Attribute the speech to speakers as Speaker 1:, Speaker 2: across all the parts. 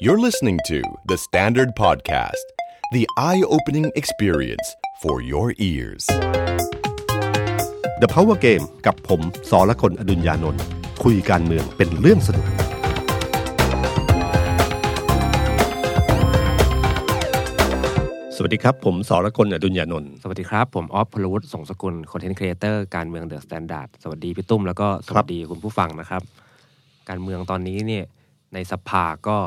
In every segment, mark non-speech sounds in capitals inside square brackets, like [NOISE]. Speaker 1: You're listening to The Standard Podcast, the eye opening experience for your ears.
Speaker 2: The Power Game กับผมสอละคนอดุญญานนท์คุยการเมืองเป็นเรื่องสนุก สวัสดีครับ ผมสอละคนอดุญญานนท์
Speaker 3: สวัสดีครับ ผมออฟพลวุฒิสงสกุลคอนเทนต์ครีเอเตอร์การเมืองเดอะสแตนดาร์ดสวัสดีพี่ตุ้มแล้วก็ส
Speaker 2: ครั
Speaker 3: วั
Speaker 2: บ
Speaker 3: สดีคุณผู้ฟังนะครับ การเมืองตอนนี้เนี่ยในสภาก็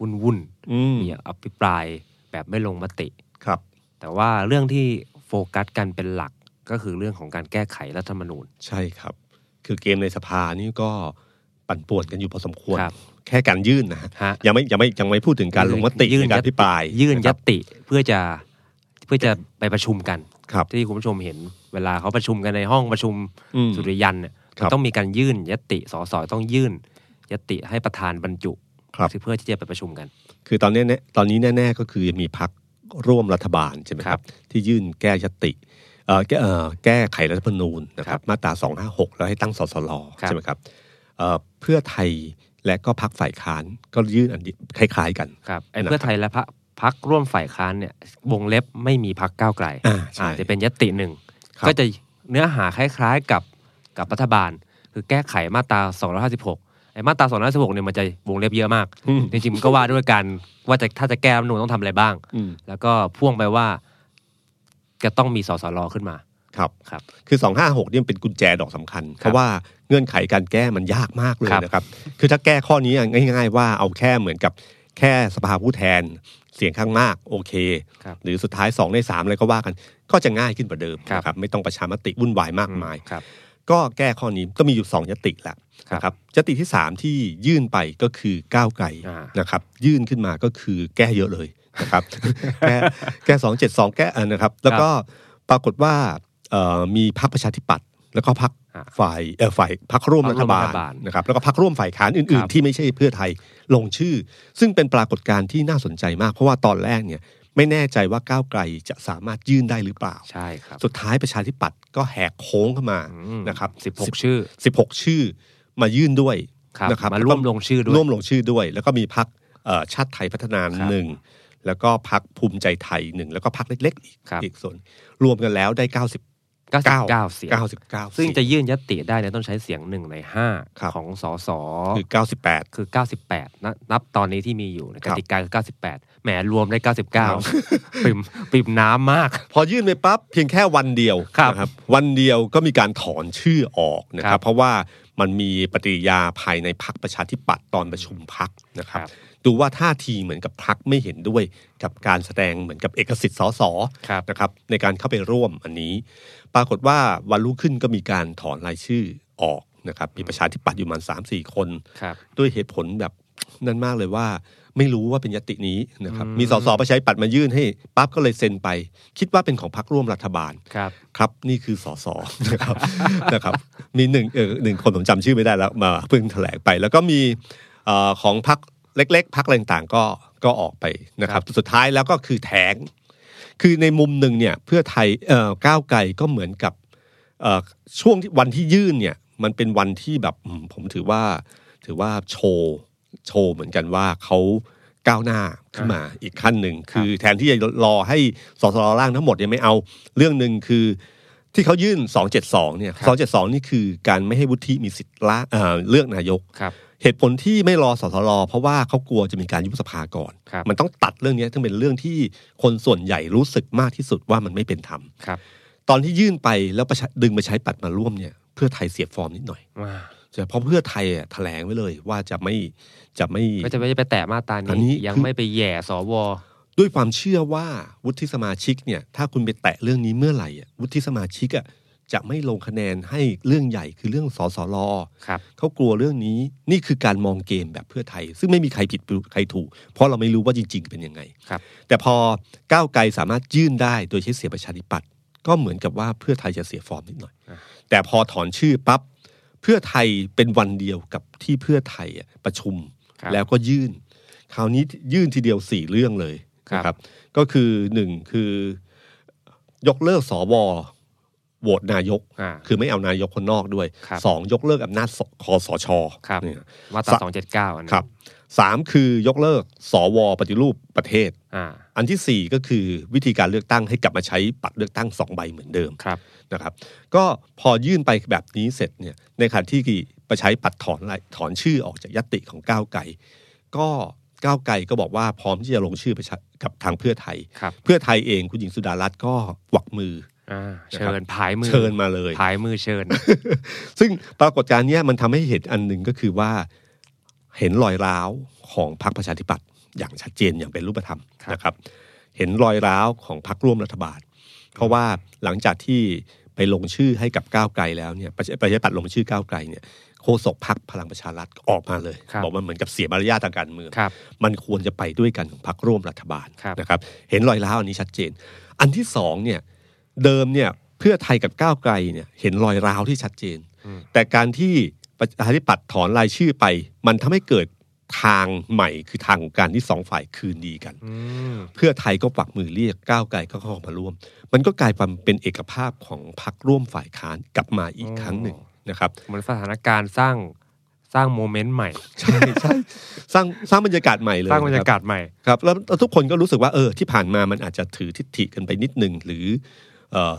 Speaker 3: วุ่นวุ่น
Speaker 2: อืม
Speaker 3: ๆมีอภิปรายแบบไม่ลงมติ
Speaker 2: ครับ
Speaker 3: แต่ว่าเรื่องที่โฟกัสกันเป็นหลักก็คือเรื่องของการแก้ไขรัฐธรรมนูญ
Speaker 2: ใช่ครับ คือเกมในสภานี่ก็ปั่นป่วนกันอยู่พอสมควร
Speaker 3: ครับ
Speaker 2: แค่การยื่นนะฮะ
Speaker 3: ฮะ
Speaker 2: ยังไม่ยังไม่ยังไม่พูดถึงการลงมติในการพิปราย
Speaker 3: ยื่นยั
Speaker 2: ะ
Speaker 3: ต
Speaker 2: ครับ
Speaker 3: ติเพื่อจะเพื่อจะไปประชุมกัน
Speaker 2: ครับ
Speaker 3: ที่คุณผู้ชมเห็นเวลาเขาประชุมกันในห้องประชุม
Speaker 2: อืม
Speaker 3: สุริยันเนี่ย
Speaker 2: ครับ
Speaker 3: มันต้องมีการยื่นยตติสสต้องยื่นยตติให้ประธานบรรจุ
Speaker 2: ครับ
Speaker 3: เพื่อที่จะไปประชุมกัน
Speaker 2: คือตอนนี้เนี่ยตอนนี้แน่ ๆ ก็คือมีพักร่วมรัฐบาลใช่ไหมค
Speaker 3: ครั
Speaker 2: รับ
Speaker 3: บ
Speaker 2: ที่ยื่นแก้ยติเอ่อแก้เอ่อแก้ไขรัฐธรรมนูญนะค
Speaker 3: ครั
Speaker 2: รับบ มาตรา 256 แล้วให้ตั้งสสล
Speaker 3: ครับ
Speaker 2: ใช่ไหมครับเอ่อเพื่อไทยและก็พักฝ่ายค้านก็ยื่นอันเดียคล้าย ๆ กัน
Speaker 3: ครับไอ้
Speaker 2: นะครับ
Speaker 3: เพื่อไทยและพรรคพักร่วมฝ่ายค้านเนี่ยวงเล็บไม่มีพักก้าวไกล
Speaker 2: อ่าใช่
Speaker 3: อาจจะเป็นยติหนึ่ง
Speaker 2: ครับ
Speaker 3: ก็จะเนื้อหาคล้ายๆกับกับรัฐบาล คือแก้ไขมาตรา 256 ไอ้มาตรา 256 เนี่ยมันจะวงเล็บเยอะมาก
Speaker 2: อืม
Speaker 3: จริงๆมันก็ว่าด้วยการว่าจะถ้าจะแก้รัฐธรรมนูญต้องทำอะไรบ้าง
Speaker 2: อืม
Speaker 3: แล้วก็พ่วงไปว่าจะต้องมีสสรขึ้นมา
Speaker 2: ครับ
Speaker 3: ครับ
Speaker 2: คือ 256เนี่ยเป็นกุญแจดอกสำคัญ เพราะว่าเงื่อนไขการแก้มันยากมากเลย
Speaker 3: ครับ
Speaker 2: นะครับ คือถ้าแก้ข้อนี้ง่าย ๆ ว่าเอาแค่เหมือนกับแค่สภาผู้แทนเสียงข้างมากโอเค
Speaker 3: ครับ
Speaker 2: หรือสุดท้าย 2 ใน3อะไรก็ว่ากัน ก็จะง่ายขึ้นกว่าเดิมนะครับไม่ต้องประชามติวุ่นวายมากมาย
Speaker 3: ครับ
Speaker 2: ก็แก้ข้อนี้ก็มีอยู่ 2ยติแหละ
Speaker 3: ครับ
Speaker 2: นะครับยติที่ 3 ที่ยื่นไปก็คือก้าวไกล
Speaker 3: อ่า
Speaker 2: นะครับ ยื่นขึ้นมาก็คือแก้เยอะเลยนะครับ [LAUGHS] แก้แก้สองเจ็ดสองแก้อันนะครับ แล้วก็ปรากฏว่าเอ่อมีพรรคประชาธิปัตย์แล้วก็พรรค
Speaker 3: อ่า
Speaker 2: ฝ่ายเอ่อฝ่ายพรรคร่วม
Speaker 3: พรร
Speaker 2: รั
Speaker 3: คร่
Speaker 2: ฐ
Speaker 3: วม
Speaker 2: บา
Speaker 3: รั
Speaker 2: ล
Speaker 3: ฐบาล
Speaker 2: นะครับแล้วก็พรรคร่วมฝ่ายค้านอื่น
Speaker 3: ครับ
Speaker 2: ๆ ที่ไม่ใช่เพื่อไทยลงชื่อ ซึ่งเป็นปรากฏการณ์ที่น่าสนใจมาก เพราะว่าตอนแรกเนี่ยไม่แน่ใจว่าก้าวไกลจะสามารถยื่นได้หรือเปล่า
Speaker 3: ใช่ครับ
Speaker 2: สุดท้ายประชาธิปัตย์ก็แหกโค้งเข้ามานะครับ
Speaker 3: 16 ชื่อ
Speaker 2: 16 ชื่อมายื่นด้วย
Speaker 3: ครับ
Speaker 2: นะครับ
Speaker 3: มาร่วมลงชื่อด้วย
Speaker 2: ร่วมลงชื่อด้วย แล้วก็มีพักชาติไทยพัฒนา
Speaker 3: ครับ
Speaker 2: หนึ่งแล้วก็พักภูมิใจไทยหนึ่งแล้วก็พักเล็กๆอีก
Speaker 3: ครับ
Speaker 2: อีกส่วนรวมกันแล้วได้ 99
Speaker 3: 99 เสียง
Speaker 2: 99
Speaker 3: ซึ่ง
Speaker 2: เย
Speaker 3: จะยื่นยตติได้เนี่ยต้องใช้เสียงหนึ่งในห้า
Speaker 2: ครับ
Speaker 3: ของสส
Speaker 2: คือ
Speaker 3: คือ 98นะนับตอนนี้ที่มีอยู่นะ
Speaker 2: ค
Speaker 3: ก
Speaker 2: รับ
Speaker 3: ติกาคือ98 แหมรวมได้
Speaker 2: ครับ
Speaker 3: 99 ปิ่ม [LAUGHS] ปิ่มน้ำมาก
Speaker 2: 98 พอยื่นไปปั๊บเพียงแค่วันเดียว
Speaker 3: ครับ
Speaker 2: นะวันเดียวก็มีการถอนชื่อออกนะค
Speaker 3: ครั
Speaker 2: รับ
Speaker 3: บ
Speaker 2: เพราะว่ามันมีปฏิกิริยาภายในพักประชาธิปัตย์ตอนประชุมพักนะครับ ดูว่าท่าทีเหมือนกับพักไม่เห็นด้วยกับการแสดงเหมือนกับเอกสิทธิ์สส
Speaker 3: ครับ
Speaker 2: นะครับในการเข้าไปร่วมอันนี้ ปรากฏว่าวันรุ่งขึ้นก็มีการถอนรายชื่อออกนะครับมีประชาธิปัตย์อยู่ประมาณสามสี่คน
Speaker 3: ครับ
Speaker 2: ด้วยเหตุผลแบบนั้นมากเลยว่าไม่รู้ว่าเป็นยตินี้นะครับ
Speaker 3: อืม
Speaker 2: มีสสประชาธิปัตย์มายื่นให้ปั๊บก็เลยเซ็นไป คิดว่าเป็นของพักร่วมรัฐบาล
Speaker 3: ครับ
Speaker 2: ครับนี่คือสอสอนะครับ [LAUGHS] นะครับ มีหนึ่งเออหนึ่งคนผมจำชื่อไม่ได้แล้วมาเพิ่งแถลงไป แล้วก็มีเอ่อของพักเล็ก ๆพักอะไรต่างๆก็ก็ออกไปนะครับ สุดท้ายแล้วก็คือแถง คือในมุมหนึ่งเนี่ยเพื่อไทยเอ่อก้าวไกลก็เหมือนกับเอ่อช่วงที่วันที่ยื่นเนี่ยมันเป็นวันที่แบบอืมผมถือว่าถือว่าโชว์โชว์เหมือนกันว่าเขาก้าวหน้าขึ้นมาอีกขั้นหนึ่งคือแทนที่จะรอให้สสรร่างทั้งหมดยังไม่เอาเรื่องหนึ่งคือ ที่เขายื่น 272 เนี่ย
Speaker 3: ครับ
Speaker 2: 272 นี่คือการไม่ให้วุฒิมีสิทธิ์ละเอ่อเลือกนายก
Speaker 3: ครับ
Speaker 2: เหตุผลที่ไม่รอสสรเพราะว่าเขากลัวจะมีการยุบสภาก่อน
Speaker 3: ครับ
Speaker 2: มันต้องตัดเรื่องนี้ซึ่งเป็นเรื่องที่คนส่วนใหญ่รู้สึกมากที่สุดว่ามันไม่เป็นธรรม
Speaker 3: ครับ
Speaker 2: ตอนที่ยื่นไปแล้วประชาดึงมาใช้ปัดมาร่วมเนี่ยเพื่อไทยเสียฟอร์มนิดหน่อย
Speaker 3: มา
Speaker 2: ใช่เพราะเพื่อไทยอะแถลงไว้เลยว่าจะไม่จะไม่
Speaker 3: ก็จะไม่ได้ไปแตะมาตรา
Speaker 2: อันนี้
Speaker 3: นี้ ยัง
Speaker 2: คือ
Speaker 3: ไม่ไปแหย่สว
Speaker 2: ด้วยความเชื่อว่าวุฒิสมาชิกเนี่ยถ้าคุณไปแตะเรื่องนี้เมื่อไหร่อะวุฒิสมาชิกอะจะไม่ลงคะแนนให้เรื่องใหญ่คือเรื่องสสร
Speaker 3: ครับ
Speaker 2: เขากลัวเรื่องนี้นี่คือการมองเกมแบบเพื่อไทย ซึ่งไม่มีใครผิดใครถูก เพราะเราไม่รู้ว่าจริง ๆ เป็นยังไง
Speaker 3: ครับ
Speaker 2: แต่พอก้าวไกลสามารถยื่นได้โดยใช้เสียงประชาธิปัตย์ก็เหมือนกับว่าเพื่อไทยจะเสียฟอร์มนิดหน่อย
Speaker 3: อ่ะ
Speaker 2: แต่พอถอนชื่อปั๊บเพื่อไทยเป็นวันเดียวกับที่เพื่อไทยอะประชุม
Speaker 3: ครับ
Speaker 2: แล้วก็ยื่น คราวนี้ยื่นทีเดียวสี่เรื่องเลย
Speaker 3: ครับ
Speaker 2: นะครับ ก็คือหนึ่งคือยกเลิกสว โหวตนายก
Speaker 3: อ่า
Speaker 2: คือไม่เอานายกคนนอกด้วย
Speaker 3: ครับ
Speaker 2: สองยกเลิกอำนาจสคอสช
Speaker 3: ครับ
Speaker 2: เนี่ย
Speaker 3: มาตรา
Speaker 2: สะ
Speaker 3: สองเจ็ดเก้าอันนั้น
Speaker 2: ครับสามคือยกเลิกสวปฏิรูปประเทศ
Speaker 3: อ่า
Speaker 2: อันที่สี่ก็คือวิธีการเลือกตั้งให้กลับมาใช้บัตรเลือกตั้งสองใบเหมือนเดิม
Speaker 3: ครับ
Speaker 2: นะครับก็พอยื่นไปแบบนี้เสร็จเนี่ยในขณะที่ประชัยปัดถอนรายถอนชื่อออกจากยตติของก้าวไกลก็ก้าวไกลก็บอกว่าพร้อมที่จะลงชื่อไปกับทางเพื่อไทย
Speaker 3: ครับ
Speaker 2: เพื่อไทยเองคุณหญิงสุดารัตน์ก็หวักมือ
Speaker 3: อ่า
Speaker 2: นะครับ
Speaker 3: เชิญผายมือ
Speaker 2: เชิญมาเลย
Speaker 3: ผายมือเชิญ
Speaker 2: ซึ่งปรากฏการณ์เนี้ยมันทำให้เห็นอันหนึ่งก็คือว่าเห็นรอยร้าวของพรรคประชาธิปัตย์อย่างชัดเจนอย่างเป็นรูปธรรม
Speaker 3: ครับ
Speaker 2: นะครับ เห็นรอยร้าวของพรรคร่วมรัฐบาล เพราะว่าหลังจากที่ไปลงชื่อให้กับก้าวไกลแล้วเนี่ยประชาประชาธิปัตย์ลงชื่อก้าวไกลเนี่ยโฆษกพรรคพลังประชารัฐออกมาเลย
Speaker 3: ครับ
Speaker 2: บอกว่าเหมือนกับเสียมารยาททางการเมือง
Speaker 3: ครับ
Speaker 2: มันควรจะไปด้วยกันของพรรคร่วมรัฐบาล
Speaker 3: ครับ
Speaker 2: นะครับ เห็นรอยร้าวอันนี้ชัดเจน อันที่สองเนี่ยเดิมเนี่ยเพื่อไทยกับก้าวไกลเนี่ยเห็นรอยร้าวที่ชัดเจน แต่การที่ประชาธิปัตย์ถอนรายชื่อไป มันทำให้เกิดทางใหม่คือทางของการที่สองฝ่ายคืนดีกัน
Speaker 3: อืม
Speaker 2: เพื่อไทยก็ปักมือเรียกก้าวไกลก็เข้ามาร่วม มันก็กลายความเป็นเอกภาพของพรรคร่วมฝ่ายค้านกลับมาอีกครั้งหนึ่ง
Speaker 3: อ๋
Speaker 2: นะครับ
Speaker 3: เหมือนสถานการณ์สร้างสร้างโมเมนต์ใหม่
Speaker 2: ใช่ใช่สร้างสร้างบรรยากาศใหม่เลย
Speaker 3: สร้างบรร
Speaker 2: นะค
Speaker 3: ยา
Speaker 2: บ
Speaker 3: กาศใหม่
Speaker 2: ครับแล้วแล้วทุกคนก็รู้สึกว่าเออที่ผ่านมามันอาจจะถือทิฐิกันไปนิดหนึ่งหรือเออ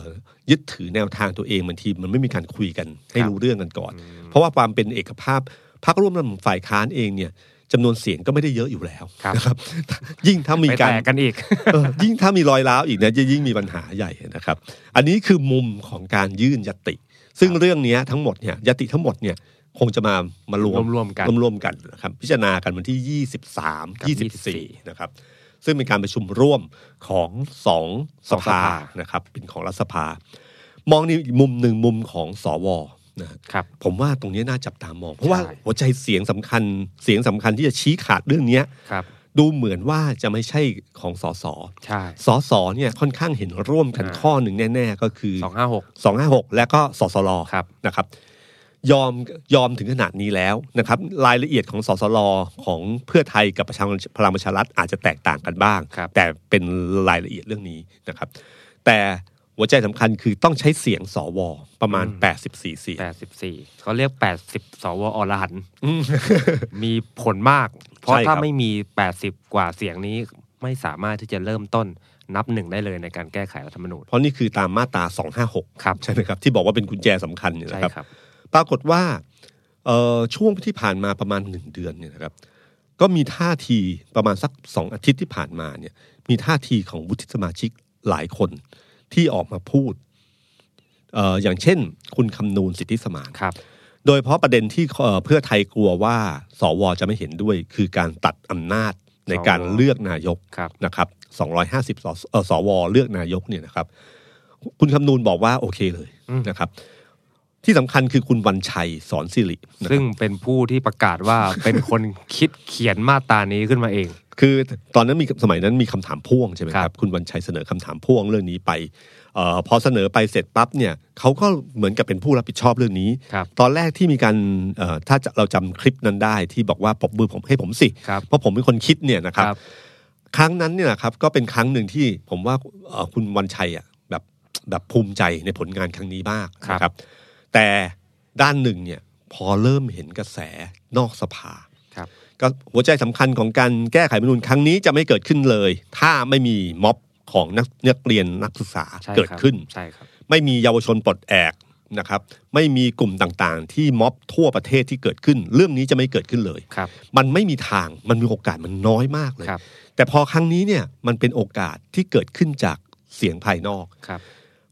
Speaker 2: ยึดถือแนวทางตัวเองบางทีมันไม่มีการคุยกันให้
Speaker 3: ครับ
Speaker 2: รู้เรื่องกันก่อน เพราะว่าความเป็นเอกภาพพรรคร่วมรัฐฝ่ายค้านเองเนี่ยจำนวนเสียงก็ไม่ได้เยอะอยู่แล้ว [LAUGHS]
Speaker 3: ครับ
Speaker 2: นะครับยิ่งถ้ามี
Speaker 3: ไป
Speaker 2: การ
Speaker 3: แตกกันอีก
Speaker 2: เออยิ่งถ้ามีรอยร้าวอีกเนี่ยจะยิ่งมีปัญหาใหญ่นะครับ อันนี้คือมุมของการยื่นยติ ซึ่งเรื่องเนี้ยทั้งหมดเนี่ยยติทั้งหมดเนี่ยคงจะมามารวม
Speaker 3: รวมๆกัน
Speaker 2: ร่วมๆกันนะครับพิจารณากันวันที่
Speaker 3: กับ
Speaker 2: 23 24 นะครับ ซึ่งเป็นการประชุมร่วมของสองสภา
Speaker 3: สภาน
Speaker 2: นะครับ เป็นของรัฐสภา มองในอีกมุมหนึ่งมุมของสวนะฮะ
Speaker 3: ครับ
Speaker 2: ผมว่าตรงนี้น่าจับตามอง เพราะว่า
Speaker 3: ใช่
Speaker 2: หัวใจเสียงสำคัญเสียงสำคัญที่จะชี้ขาดเรื่องเนี้ย
Speaker 3: ครับ
Speaker 2: ดูเหมือนว่าจะไม่ใช่ของสส
Speaker 3: ใช่
Speaker 2: สสเนี่ยค่อนข้างเห็นร่วมกันข้อหนึ่งแน่ ๆ ก็คือ
Speaker 3: สองห้าหก
Speaker 2: 256 และก็สสล
Speaker 3: ครับ
Speaker 2: นะครับ ยอมยอมถึงขนาดนี้แล้วนะครับ รายละเอียดของสสลของเพื่อไทยกับประชาพลังประชารัฐอาจจะแตกต่างกันบ้าง
Speaker 3: ครับ
Speaker 2: แต่เป็นรายละเอียดเรื่องนี้นะครับ แต่หัวใจสำคัญคือต้องใช้เสียงสวประมาณ 84 เสียง
Speaker 3: แปดสิบสี่เขาเรียกแปดสิบสวอรหันต์
Speaker 2: อืม [LAUGHS]
Speaker 3: มีผลมาก เพราะ
Speaker 2: ใช่ครับ
Speaker 3: ถ้าไม่มีแปดสิบกว่าเสียงนี้ไม่สามารถที่จะเริ่มต้นนับหนึ่งได้เลยในการแก้ไขรัฐธรรมนูญ
Speaker 2: เพราะนี่คือตามมาตรา
Speaker 3: ครับ
Speaker 2: 256 ใช่ไหมครับที่บอกว่าเป็นกุญแจสำคัญเนี่ย
Speaker 3: ใช่
Speaker 2: นะครับ
Speaker 3: ครับ
Speaker 2: ปรากฏว่าเอ่อช่วงที่ผ่านมาประมาณหนึ่งเดือนเนี่ยนะครับ ก็มีท่าทีประมาณสักสองอาทิตย์ที่ผ่านมาเนี่ย มีท่าทีของวุฒิสมาชิกหลายคนที่ออกมาพูดเอ่ออย่างเช่น คุณคำนูนสิทธิสมาน
Speaker 3: ครับ
Speaker 2: โดยเฉพราะประเด็นที่เอ่อเพื่อไทยกลัวว่า สวจะไม่เห็นด้วย คือการตัดอำนาจในการเลือกนายก
Speaker 3: ครับ
Speaker 2: นะครับ250สเอ่อสว เลือกนายกเนี่ยนะครับ คุณคำนูนบอกว่าโอเคเลย
Speaker 3: อืม
Speaker 2: นะครับ ที่สำคัญคือคุณวันชัยสอนสิรินะครับ
Speaker 3: ซึ่งเป็นผู้ที่ประกาศว่า [LAUGHS] เป็นคนคิดเขียนมาตรานี้ขึ้นมาเอง
Speaker 2: คือตอนนั้นมีสมัยนั้นมีคำถามพ่วงใช่ไหมค
Speaker 3: ครั
Speaker 2: รับ
Speaker 3: บ
Speaker 2: คุณวันชัยเสนอคำถามพ่วงเรื่องนี้ไปเออพอเสนอไปเสร็จปั๊บเนี่ยเขาก็เหมือนกับเป็นผู้รับผิดชอบเรื่องนี้
Speaker 3: ครับ
Speaker 2: ตอนแรกที่มีการเอ่อถ้าจะเราจำคลิปนั้นได้ที่บอกว่าปรบมือผมให้ผมสิ
Speaker 3: ครับ
Speaker 2: เพราะผมเป็นคนคิดเนี่ยนะครับ
Speaker 3: ครับ
Speaker 2: ครั้งนั้นเนี่ยนะครับก็เป็นครั้งหนึ่งที่ผมว่าเอ่อคุณวันชัยอ่ะแบบแบบภูมิใจในผลงานครั้งนี้มาก
Speaker 3: ครับ
Speaker 2: นะครับ แต่ด้านหนึ่งเนี่ยพอเริ่มเห็นกระแสนอกสภา
Speaker 3: ครับ
Speaker 2: ก็หัวใจสำคัญของการแก้ไขรัฐธรรมนูญครั้งนี้จะไม่เกิดขึ้นเลย ถ้าไม่มีม็อบของนักนักเรียนนักศึกษา
Speaker 3: ใช่
Speaker 2: เกิด
Speaker 3: ครับ
Speaker 2: ขึ้น
Speaker 3: ใช่ครับ
Speaker 2: ไม่มีเยาวชนปลดแอกนะครับ ไม่มีกลุ่มต่างๆ ที่ม็อบทั่วประเทศที่เกิดขึ้น เรื่องนี้จะไม่เกิดขึ้นเลย
Speaker 3: ครับ
Speaker 2: มันไม่มีทาง มันมีโอกาสมันน้อยมากเลย
Speaker 3: ครับ
Speaker 2: แต่พอครั้งนี้เนี่ยมันเป็นโอกาสที่เกิดขึ้นจากเสียงภายนอก
Speaker 3: ครับ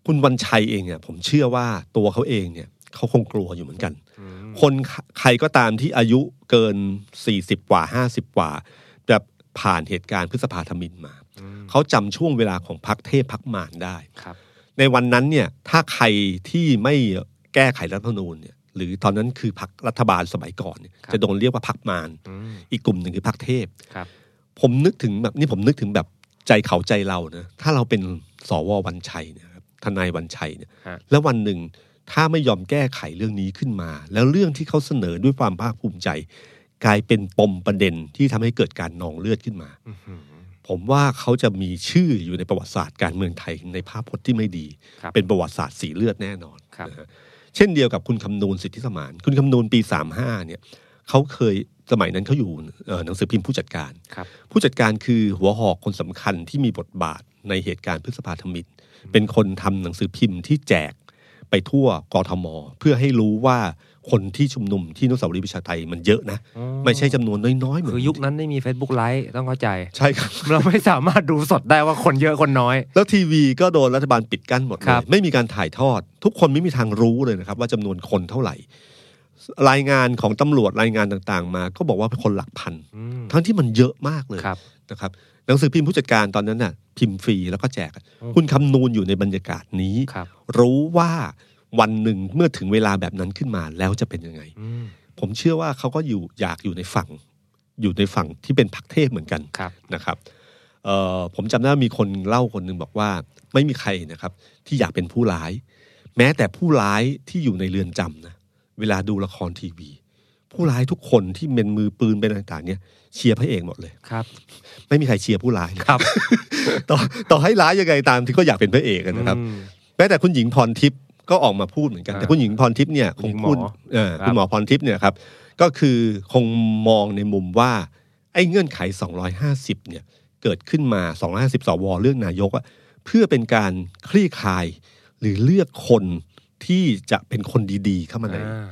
Speaker 2: คุณวันชัยเองเนี่ยผมเชื่อว่าตัวเขาเองเนี่ยเขาคงกลัวอยู่เหมือนกัน
Speaker 3: อืม
Speaker 2: คนใครก็ตามที่อายุเกิน 40 กว่า 50 กว่าแบบผ่านเหตุการณ์พฤษภาธมินมา
Speaker 3: อืม
Speaker 2: เขาจำช่วงเวลาของพักเทพพักมารได้
Speaker 3: ครับ
Speaker 2: ในวันนั้นเนี่ยถ้าใครที่ไม่แก้ไขรัฐธรรมนูญเนี่ยหรือตอนนั้นคือพักรัฐบาลสมัยก่อนเนี่ย
Speaker 3: ครับ
Speaker 2: จะโดนเรียกว่าพักมาร
Speaker 3: อืม
Speaker 2: อีกกลุ่มหนึ่งคือพักเทพ
Speaker 3: ครับ
Speaker 2: ผมนึกถึงแบบนี่ผมนึกถึงแบบใจเขาใจเรานะถ้าเราเป็นสววันชัยเนยครับทนายวันชัยเนี่ย
Speaker 3: ฮะ
Speaker 2: แล้ววันหนึ่งถ้าไม่ยอมแก้ไขเรื่องนี้ขึ้นมา แล้วเรื่องที่เขาเสนอด้วยความภาคภูมิใจ กลายเป็นปมประเด็นที่ทำให้เกิดการนองเลือดขึ้นมา
Speaker 3: อื้อหือ
Speaker 2: ผมว่าเขาจะมีชื่ออยู่ในประวัติศาสตร์การเมืองไทยในภาพพจน์ที่ไม่ดี
Speaker 3: ครับ
Speaker 2: เป็นประวัติศาสตร์สีเลือดแน่นอน
Speaker 3: ครับ
Speaker 2: นะฮะเช่นเดียวกับคุณคำนูนสิทธิสมาน คุณคำนูนปี 35เนี่ยเขาเคยสมัยนั้นเขาอยู่เอ่อหนังสือพิมพ์ผู้จัดการ
Speaker 3: ครับ
Speaker 2: ผู้จัดการคือหัวหอกคนสำคัญที่มีบทบาทในเหตุการณ์พฤษภาธมิตร เป็นคนทำหนังสือพิมพ์ที่แจกไปทั่วกทม เพื่อให้รู้ว่าคนที่ชุมนุมที่อนุสาวรีย์ประชาธิปไตยมันเยอะนะ ไม่ใช่จำนวนน้อยๆเหมือน
Speaker 3: คือยุคนั้นไม่มี Facebook ไลฟ์ต้องเข้าใจ
Speaker 2: ใช่ครับ
Speaker 3: เราไม่สามารถดูสดได้ว่าคนเยอะคนน้อย
Speaker 2: แล้วทีวีก็โดนรัฐบาลปิดกั้นหมดเล
Speaker 3: ครั
Speaker 2: ย
Speaker 3: บ
Speaker 2: ไม่มีการถ่ายทอด ทุกคนไม่มีทางรู้เลยนะครับ ว่าจำนวนคนเท่าไหร่ รายงานของตำรวจรายงานต่างๆ มา ก็บอกว่าเป็นคนหลักพัน
Speaker 3: อืม
Speaker 2: ทั้งที่มันเยอะมากเลย
Speaker 3: ครับ
Speaker 2: นะครับหนังสือพิมพ์ผู้จัดการตอนนั้นน่ะพิมพ์ฟรีแล้วก็แจกอะ
Speaker 3: อืม
Speaker 2: คุณคำนูนอยู่ในบรรยากาศนี้
Speaker 3: ครับ
Speaker 2: รู้ว่าวันหนึ่งเมื่อถึงเวลาแบบนั้นขึ้นมาแล้วจะเป็นยังไง
Speaker 3: อืม
Speaker 2: ผมเชื่อว่าเขาก็อยู่อยากอยู่ในฝั่ง อยู่ในฝั่งที่เป็นพักเทพเหมือนกัน
Speaker 3: ครับ
Speaker 2: นะครับเอ่อผมจำได้ว่ามีคนเล่าคนหนึ่งบอกว่าไม่มีใครนะครับ ที่อยากเป็นผู้ร้าย แม้แต่ผู้ร้ายที่อยู่ในเรือนจำนะเวลาดูละครทีวี ผู้ร้ายทุกคนที่เป็นมือปืนเป็นอะไรต่างๆเนี่ยเชียร์พระเอกหมดเลย
Speaker 3: ครับ
Speaker 2: ไม่มีใครเชียร์ผู้ร้ายนะครับ ต่อต่อให้ร้ายยังไงตามที่ก็อยากเป็นพระเอกอะนะครับ
Speaker 3: อืม
Speaker 2: แม้แต่คุณหญิงพรทิพย์ก็ออกมาพูดเหมือนกัน
Speaker 3: อ่า
Speaker 2: แต่คุณหญิงพรทิพย์เนี่ยคงพูดเออ
Speaker 3: คุณหญิงหมอครับ
Speaker 2: คุณหมอพรทิพย์เนี่ยครับก็คือคงมองในมุมว่าไอ้เงื่อนไข 250 เนี่ยเกิดขึ้นมา 250สวเลือกนายกอะเพื่อเป็นการคลี่คลายหรือเลือกคนที่จะเป็นคนดีๆเข้ามาใน
Speaker 3: อ่า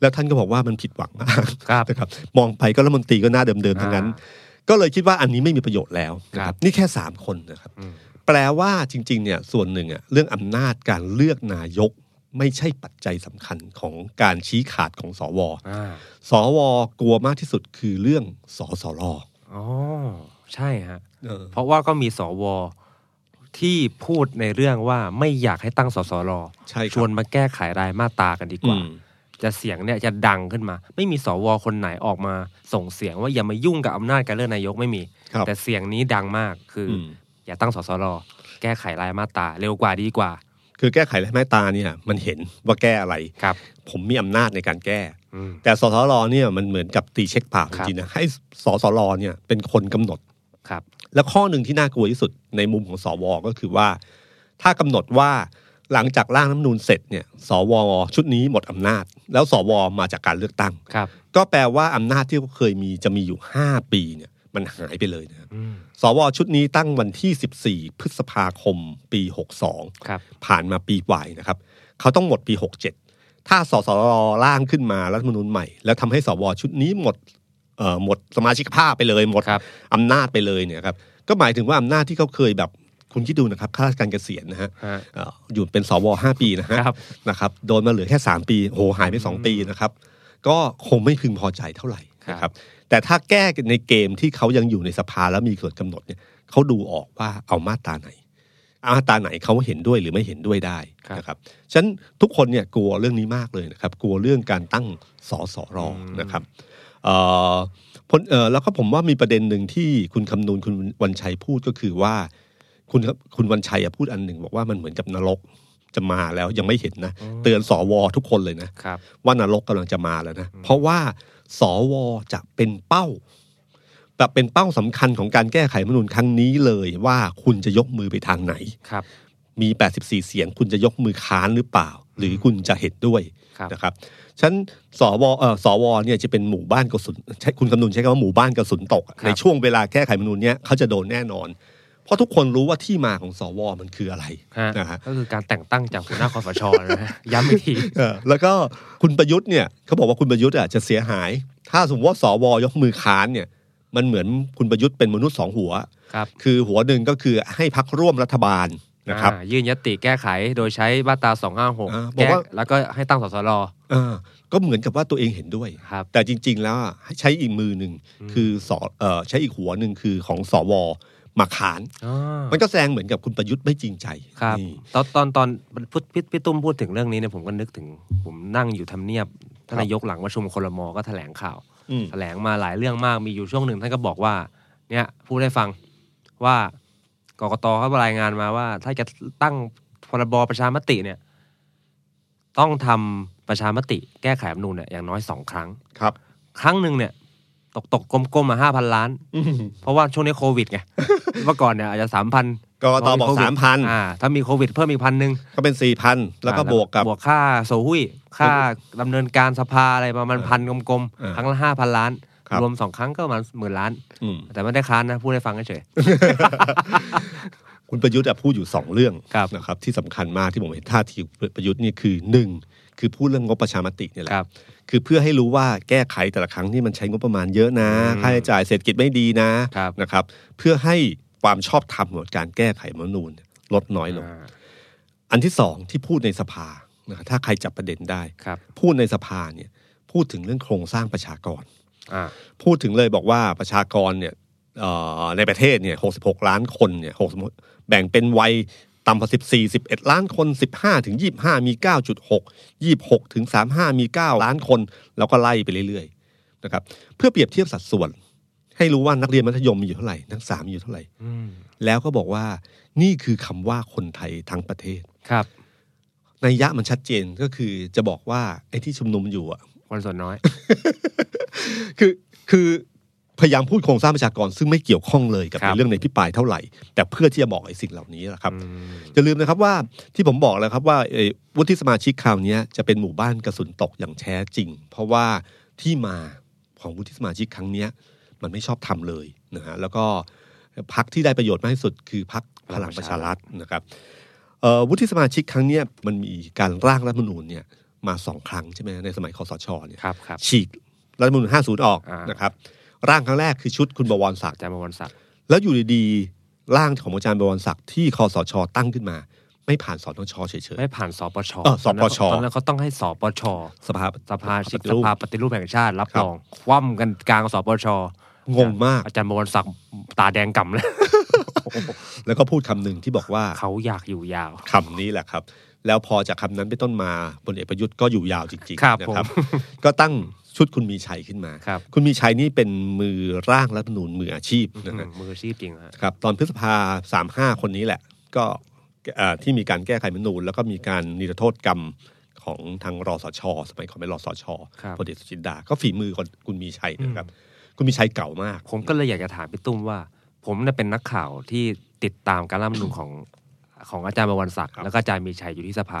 Speaker 2: แล้วท่านก็บอกว่ามันผิดหวังมาก
Speaker 3: ครับ
Speaker 2: นะครับมองไปก็รัฐมนตรีก็หน้าเดิมๆทั้งนั้น
Speaker 3: อ่
Speaker 2: ก็เลยคิดว่าอันนี้ไม่มีประโยชน์แล้วนะค
Speaker 3: ครั
Speaker 2: รับบ นี่แค่ 3 คนนะครับ
Speaker 3: อืม
Speaker 2: แปลว่าจริงๆเนี่ยส่วนหนึ่งอะเรื่องอำนาจการเลือกนายก ไม่ใช่ปัจจัยสำคัญของการชี้ขาดของสว
Speaker 3: อ่า
Speaker 2: สวกลัวมากที่สุดคือเรื่องสสร
Speaker 3: อ๋อใช่ฮะ
Speaker 2: เออ
Speaker 3: เพราะว่าก็มีสวที่พูดในเรื่องว่าไม่อยากให้ตั้งสสร
Speaker 2: ใช่ครับ
Speaker 3: ชวนมาแก้ไขรายมาตรากันดีกว่า
Speaker 2: อืม
Speaker 3: จะเสียงเนี่ยจะดังขึ้นมา ไม่มีสวคนไหนออกมาส่งเสียงว่าอย่ามายุ่งกับอำนาจการเลือกนายกไม่มี
Speaker 2: ครับ
Speaker 3: แต่เสียงนี้ดังมากคืออ
Speaker 2: อืม
Speaker 3: อย่าตั้งสสรแก้ไขรายมาตราเร็วกว่าดีกว่า
Speaker 2: คือแก้ไขและแม่ตราเนี่ยมันเห็นว่าแก้อะไร
Speaker 3: ครับ
Speaker 2: ผมมีอำนาจในการแก้
Speaker 3: อืม
Speaker 2: แต่สสรเนี่ยมันเหมือนกับตีเช็คเปล่า
Speaker 3: ครับ
Speaker 2: จริงๆนะให้สสรเนี่ยเป็นคนกำหนด
Speaker 3: ครับ
Speaker 2: และข้อหนึ่งที่น่ากลัวที่สุดในมุมของสวก็คือว่า ถ้ากำหนดว่าหลังจากร่างรัฐธรรมนูญเสร็จเนี่ยสวชุดนี้หมดอำนาจ แล้วสวมาจากการเลือกตั้ง
Speaker 3: ครับ
Speaker 2: ก็แปลว่าอำนาจที่เคยมีจะมีอยู่ 5 ปีเนี่ยมันหายไปเลยนะครับ
Speaker 3: อืม
Speaker 2: สวชุดนี้ตั้งวันที่ 14 พฤษภาคม ปี
Speaker 3: ครับ
Speaker 2: 62 ผ่านมาปีกว่านะครับ เขาต้องหมดปี 67 ถ้าสสรร่างขึ้นมารัฐธรรมนูญใหม่ แล้วทำให้สวชุดนี้หมดเอ่อหมดสมาชิกภาพไปเลยหมด
Speaker 3: ครับ
Speaker 2: อำนาจไปเลยเนี่ยครับก็หมายถึงว่าอำนาจที่เขาเคยแบบคุณคิดดูนะครับข้าราชการเกษียณนะฮะ
Speaker 3: ฮะ
Speaker 2: เอ่ออยู่เป็นสวห้าปีนะฮะ
Speaker 3: ครับ
Speaker 2: นะครับโดนมาเหลือแค่ 3 ปีโหหายไป 2 ปีนะครับ ก็คงไม่พึงพอใจเท่าไหร่นะครับแต่ถ้าแก้ในเกมที่เขายังอยู่ในสภาแล้วมีกฎกำหนดเนี่ยเขาดูออกว่าเอามาตราไหนเอามาตราไหนเขาเห็นด้วยหรือไม่เห็นด้วยได้นะครับฉะนั้นทุกคนเนี่ยกลัวเรื่องนี้มากเลยนะครับกลัวเรื่องการตั้งสสรนะครับ เอ่อพลเอ่อแล้วก็ผมว่ามีประเด็นหนึ่งที่คุณคำนูนคุณวันชัยพูดก็คือว่า คุณคุณวันชัยอะพูดอันหนึ่งบอกว่ามันเหมือนกับนรกจะมาแล้วยังไม่เห็นนะ เตือนสวทุกคนเลยนะ
Speaker 3: ครับ
Speaker 2: ว่านรกกำลังจะมาแล้วนะ เพราะว่าสวจะเป็นเป้าแบบเป็นเป้าสำคัญของการแก้ไขรัฐธรรมนุนครั้งนี้เลยว่าคุณจะยกมือไปทางไหน
Speaker 3: ครับ
Speaker 2: มี 84 เสียง คุณจะยกมือค้านหรือเปล่า หรือคุณจะเห็นด้วย
Speaker 3: ครับ
Speaker 2: นะครับฉะนันสวเอ่อสวเนี่ยจะเป็นหมู่บ้านกระสุนใช้คุณคำนุนใช้คำว่าหมู่บ้านกระสุนตกอะ
Speaker 3: ครับ
Speaker 2: ในช่วงเวลาแก้ไขรัฐธรรมนูญเนี่ยเขาจะโดนแน่นอน เพราะทุกคนรู้ว่าที่มาของสวมันคืออะไร
Speaker 3: ฮะ
Speaker 2: นะฮะ
Speaker 3: ก็คือการแต่งตั้งจากหัวหน้าคอสชนะ
Speaker 2: [LAUGHS]
Speaker 3: ฮะย้ำอีกที
Speaker 2: เออแล้วก็คุณประยุทธ์เนี่ยเขาบอกว่าคุณประยุทธ์อะจะเสียหาย ถ้าสมมติว่าสวยกมือค้านเนี่ยมันเหมือนคุณประยุทธ์เป็นมนุษย์สองหัว
Speaker 3: ครับ
Speaker 2: คือหัวหนึ่งก็คือให้พักร่วมรัฐบาลนะครับ
Speaker 3: อ่ายื่นยติแก้ไขโดยใช้มาตรา
Speaker 2: อ่า
Speaker 3: 256
Speaker 2: บอก
Speaker 3: แก้
Speaker 2: ว่า
Speaker 3: แล้วก็ให้ตั้งสสร
Speaker 2: อ่าก็เหมือนกับว่าตัวเองเห็นด้วย
Speaker 3: ครับ
Speaker 2: แต่จริง ๆ แล้วอะให้ใช้อีกมือหนึ่งคือสอเอ่อใช้อีกหัวหนึ่งคือของสวมาขาน มันก็แสดงเหมือนกับคุณประยุทธ์ไม่จริงใจ
Speaker 3: ครับ
Speaker 2: นี่
Speaker 3: ตอนตอนตอนพูดพี่พี่ตุ้มพูดถึงเรื่องนี้เนี่ยผมก็นึกถึงผมนั่งอยู่ทำเนียบท่า
Speaker 2: ครั
Speaker 3: น
Speaker 2: บ
Speaker 3: นายกหลังประชุมคลมก็แถลงข่าว
Speaker 2: อืม
Speaker 3: แถลงมาหลายเรื่องมากมีอยู่ช่วงหนึ่งท่านก็บอกว่า เนี่ยพูดให้ฟังว่ากกตเขารายงานมาว่า ถ้าจะตั้งพรบประชามติเนี่ย ต้องทำประชามติแก้ไขรัฐธรรมนูญเนี่ยอย่างน้อยสองครั้ง
Speaker 2: ครับ
Speaker 3: ครั้งหนึ่งเนี่ย ตกตกๆกลมๆมาห้าพันล้าน
Speaker 2: อืม [LAUGHS]
Speaker 3: เพราะว่าช่วงนี้โควิดไง เมื่อก่อนเนี่ยอาจจะสามพัน
Speaker 2: กกตบอกสามพัน
Speaker 3: ถ้ามีโควิดเพิ่มอีกพันหนึ่ง
Speaker 2: ก็เป็นสี่พันแล้วก็
Speaker 3: อ่า
Speaker 2: บวกกับบ
Speaker 3: วกค่าโซหุ้ยค่าดำเนินการสภาอะไรประมาณพันกลม
Speaker 2: า
Speaker 3: ๆ ครั้งละห้าพันล้าน
Speaker 2: ครับ
Speaker 3: รวมสองครั้งก็ประมาณหมื่นล้าน
Speaker 2: อืม
Speaker 3: แต่ไม่ได้ค้านนะพูดให้ฟังเฉย
Speaker 2: คุณประยุทธ์อะพูดอยู่สองเรื่อง
Speaker 3: ครับ
Speaker 2: นะครับที่สำคัญมากที่ผมเห็นท่าทีคุณประยุทธ์นี่คือหนึ่งคือพูดเรื่องงบประชามติเนี่ยแหละ
Speaker 3: ครับ
Speaker 2: คือเพื่อให้รู้ว่าแก้ไขแต่ละครั้งนี่มันใช้งบประมาณเยอะนะ
Speaker 3: อืม
Speaker 2: ค่าใช้จ่ายเศรษฐกิจไม่ดีนะครับ นะครับ เพื่อให้ความชอบธรรมของการแก้ไขรัฐธรรมนูญลดน้อยลง
Speaker 3: ๆ
Speaker 2: อันที่สองที่พูดในสภานะครับถ้าใครจับประเด็นได้
Speaker 3: ครับ
Speaker 2: พูดในสภาเนี่ยพูดถึงเรื่องโครงสร้างประชากร
Speaker 3: อ่า
Speaker 2: พูดถึงเลยบอกว่าประชากรเนี่ยเอ่อในประเทศเนี่ย66 ล้านคนเนี่ย60แบ่งเป็นวัยต่ำกว่า14 11 ล้านคน 15 ถึง 25 มี 9.6 26 ถึง 35 มี 9 ล้านคน แล้วก็ไล่ไปเรื่อยๆนะครับเพื่อเปรียบเทียบสัดส่วน ให้รู้ว่านักเรียนมัธยมมีอยู่เท่าไหร่นักศึกษามีอยู่เท่าไหร่
Speaker 3: อืม
Speaker 2: แล้วก็บอกว่านี่คือคำว่าคนไทยทั้งประเทศ
Speaker 3: ครับ
Speaker 2: ในยยะมันชัดเจนก็คือจะบอกว่าไอ้ที่ชุมนุมอยู่อะ
Speaker 3: คนส่วนน้อย
Speaker 2: คือคือพยายามพูดโครงสร้างประชากรซึ่งไม่เกี่ยวข้องเลยกับ
Speaker 3: ครับ
Speaker 2: ในเรื่องในพิปรายเท่าไหร่ แต่เพื่อที่จะบอกไอ้สิ่งเหล่านี้แหละครับ
Speaker 3: อืม
Speaker 2: อย่าลืมนะครับว่าที่ผมบอกแล้วครับว่าเอ่อวุฒิสมาชิกคราวเนี้ยจะเป็นหมู่บ้านกระสุนตกอย่างแท้จริง เพราะว่าที่มาของวุฒิสมาชิกครั้งเนี้ยมันไม่ชอบทำเลยนะฮะแล้วก็พักที่ได้ประโยชน์มากที่สุดคือพักพลังประชารัฐนะครับเอ่อวุฒิสมาชิกครั้งเนี้ยมันมีการร่างรัฐธรรมนูญเนี่ยมาสองครั้งใช่ไหมในสมัยคอสชเนี่ย
Speaker 3: ครับครับ
Speaker 2: ฉีกรัฐธรรมนูญ50 ออก
Speaker 3: อ่าน
Speaker 2: นะครับ ร่างครั้งแรกคือชุดคุณบวรศัก
Speaker 3: อา
Speaker 2: ดิ์
Speaker 3: จารย์มวลศักดิ์
Speaker 2: แล้วอยู่ดีๆ ร่างของอาจารย์บวรศักดิ์ที่คอสช ตั้งขึ้นมา ไม่ผ่านสนชเฉย
Speaker 3: ไม่ผ่านสปช
Speaker 2: เออสปช
Speaker 3: ตอนนั้นเขาต้องให้สปช
Speaker 2: ๆ สภา
Speaker 3: สภาชิก
Speaker 2: ปฏิ
Speaker 3: ส
Speaker 2: รูป
Speaker 3: ภาปฏิรูปแห่งชาติรับ
Speaker 2: ครับ
Speaker 3: รอง คว่ำกันกลางสปช
Speaker 2: งงมาก
Speaker 3: อาจารย์มวลศักดิ์ตาแดงก่ำเลย [LAUGHS]
Speaker 2: แล้วก็พูดคำหนึ่งที่บอกว่า
Speaker 3: เขาอยากอยู่ยาว
Speaker 2: คำนี้แหละครับ แล้วพอจากคำนั้นไปนต้นมาบนเอกประยุทธ์ก็อยู่ยาวจริง
Speaker 3: ค
Speaker 2: ๆ
Speaker 3: รับ
Speaker 2: นะครับ
Speaker 3: ผม
Speaker 2: ก็ตั้งชุดคุณมีชัยขึ้นมา
Speaker 3: ครับ
Speaker 2: คุณมีชัยนี่เป็นมือร่างรัฐธรรมนูญมืออาชีพนะฮะ
Speaker 3: อืมมืออาชีพจริงฮะ
Speaker 2: ครับตอนพฤษภาสามห้าคนนี้แหละ ก็เอ่อที่มีการแก้ไขรัฐธรรมนูญแล้วก็มีการนิรโทษกรรมของทางรอสช สมัยก่อนเป็นรอสช
Speaker 3: ครับ
Speaker 2: พลเอกสุจินดา ก็ฝีมือของคุณมีชัยนะครับ คุณมีชัยเก่ามาก
Speaker 3: ผมก็เลยอยากจะถามพี่ตุ้มว่า ผมเนี่ยเป็นนักข่าวที่ติดตามการร่ำนูนของ [COUGHS] ของอาจารย์มวันศักดิ์
Speaker 2: ครับ
Speaker 3: แล้วก็อาจารย์มีชัยอยู่ที่สภา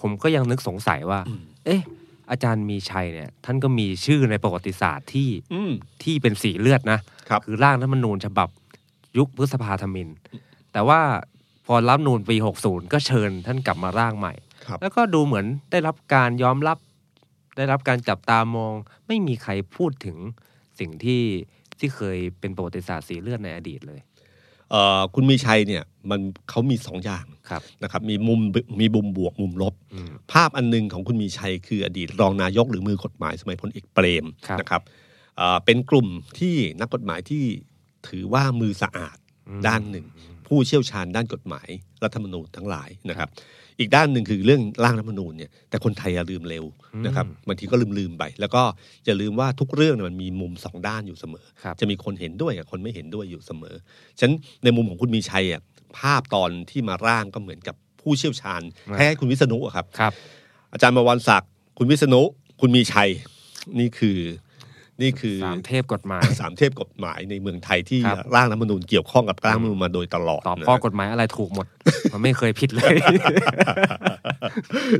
Speaker 3: ผมก็ยังนึกสงสัยว่า
Speaker 2: อืม
Speaker 3: เอ๊ะ อาจารย์มีชัยเนี่ย ท่านก็มีชื่อในประวัติศาสตร์ที่
Speaker 2: อืม
Speaker 3: ที่เป็นสีเลือดนะครับอร่างรัฐธรรมนูญฉบับยุคพฤษภาธมิน แต่ว่าพอรับนูญปี 60 ก็เชิญท่านกลับมาร่างใหม่
Speaker 2: ครับ
Speaker 3: แล้วก็ดูเหมือนได้รับการยอมรับ ได้รับการจับตามอง ไม่มีใครพูดถึงสิ่งที่ที่เคยเป็นประวัติศาสตร์สีเลือดในอดีตเลย
Speaker 2: เอ่อคุณมีชัยเนี่ยมันเขามีสองอย่าง
Speaker 3: ครับ
Speaker 2: นะครับมีมุมมีมุมบวกมุมลบ
Speaker 3: อืม
Speaker 2: ภาพอันหนึงของคุณมีชัยคืออดีตรองนายกหรือมือกฎหมายสมัยพลเอกเปรม
Speaker 3: ครับ
Speaker 2: นะครับเอ่อเป็นกลุ่มที่นักกฎหมายที่ถือว่ามือสะอาด ด้านหนึ่ง ผู้เชี่ยวชาญด้านกฎหมายรัฐธรรมนูญทั้งหลายนะครับ อีกด้านหนึ่งคือเรื่องร่างรัฐธรรมนูญเนี่ยแต่คนไทยอะลืมเร็ว
Speaker 3: อืม
Speaker 2: นะครับบางทีก็ลืมลืมๆไป แล้วก็อย่าลืมว่าทุกเรื่องเนี่ยมันมีมุมสองด้านอยู่เสมอ
Speaker 3: ครับ
Speaker 2: จะมีคนเห็นด้วยกับคนไม่เห็นด้วยอยู่เสมอฉะนั้นในมุมของคุณมีชัยอ่ะภาพตอนที่มาร่างก็เหมือนกับผู้เชี่ยวชาญ
Speaker 3: ครับ
Speaker 2: คล้ายๆคุณวิษณุอะครับ
Speaker 3: ครับ
Speaker 2: อาจารย์มวรศักดิ์คุณวิษณุคุณมีชัย นี่คือนี่คือ
Speaker 3: สามเทพกฎหมาย
Speaker 2: สามเทพกฎหมายในเมืองไทยที่
Speaker 3: ครับ
Speaker 2: ร่างรัฐธรรมนูญเกี่ยวข้องกับร่างรัฐธรรมนูญมาโดยตลอด
Speaker 3: ตอบ
Speaker 2: นะ
Speaker 3: ข้อ
Speaker 2: ค
Speaker 3: ก
Speaker 2: รับ
Speaker 3: ฎหมายอะไรถูกหมด มันไม่เคยผิดเลย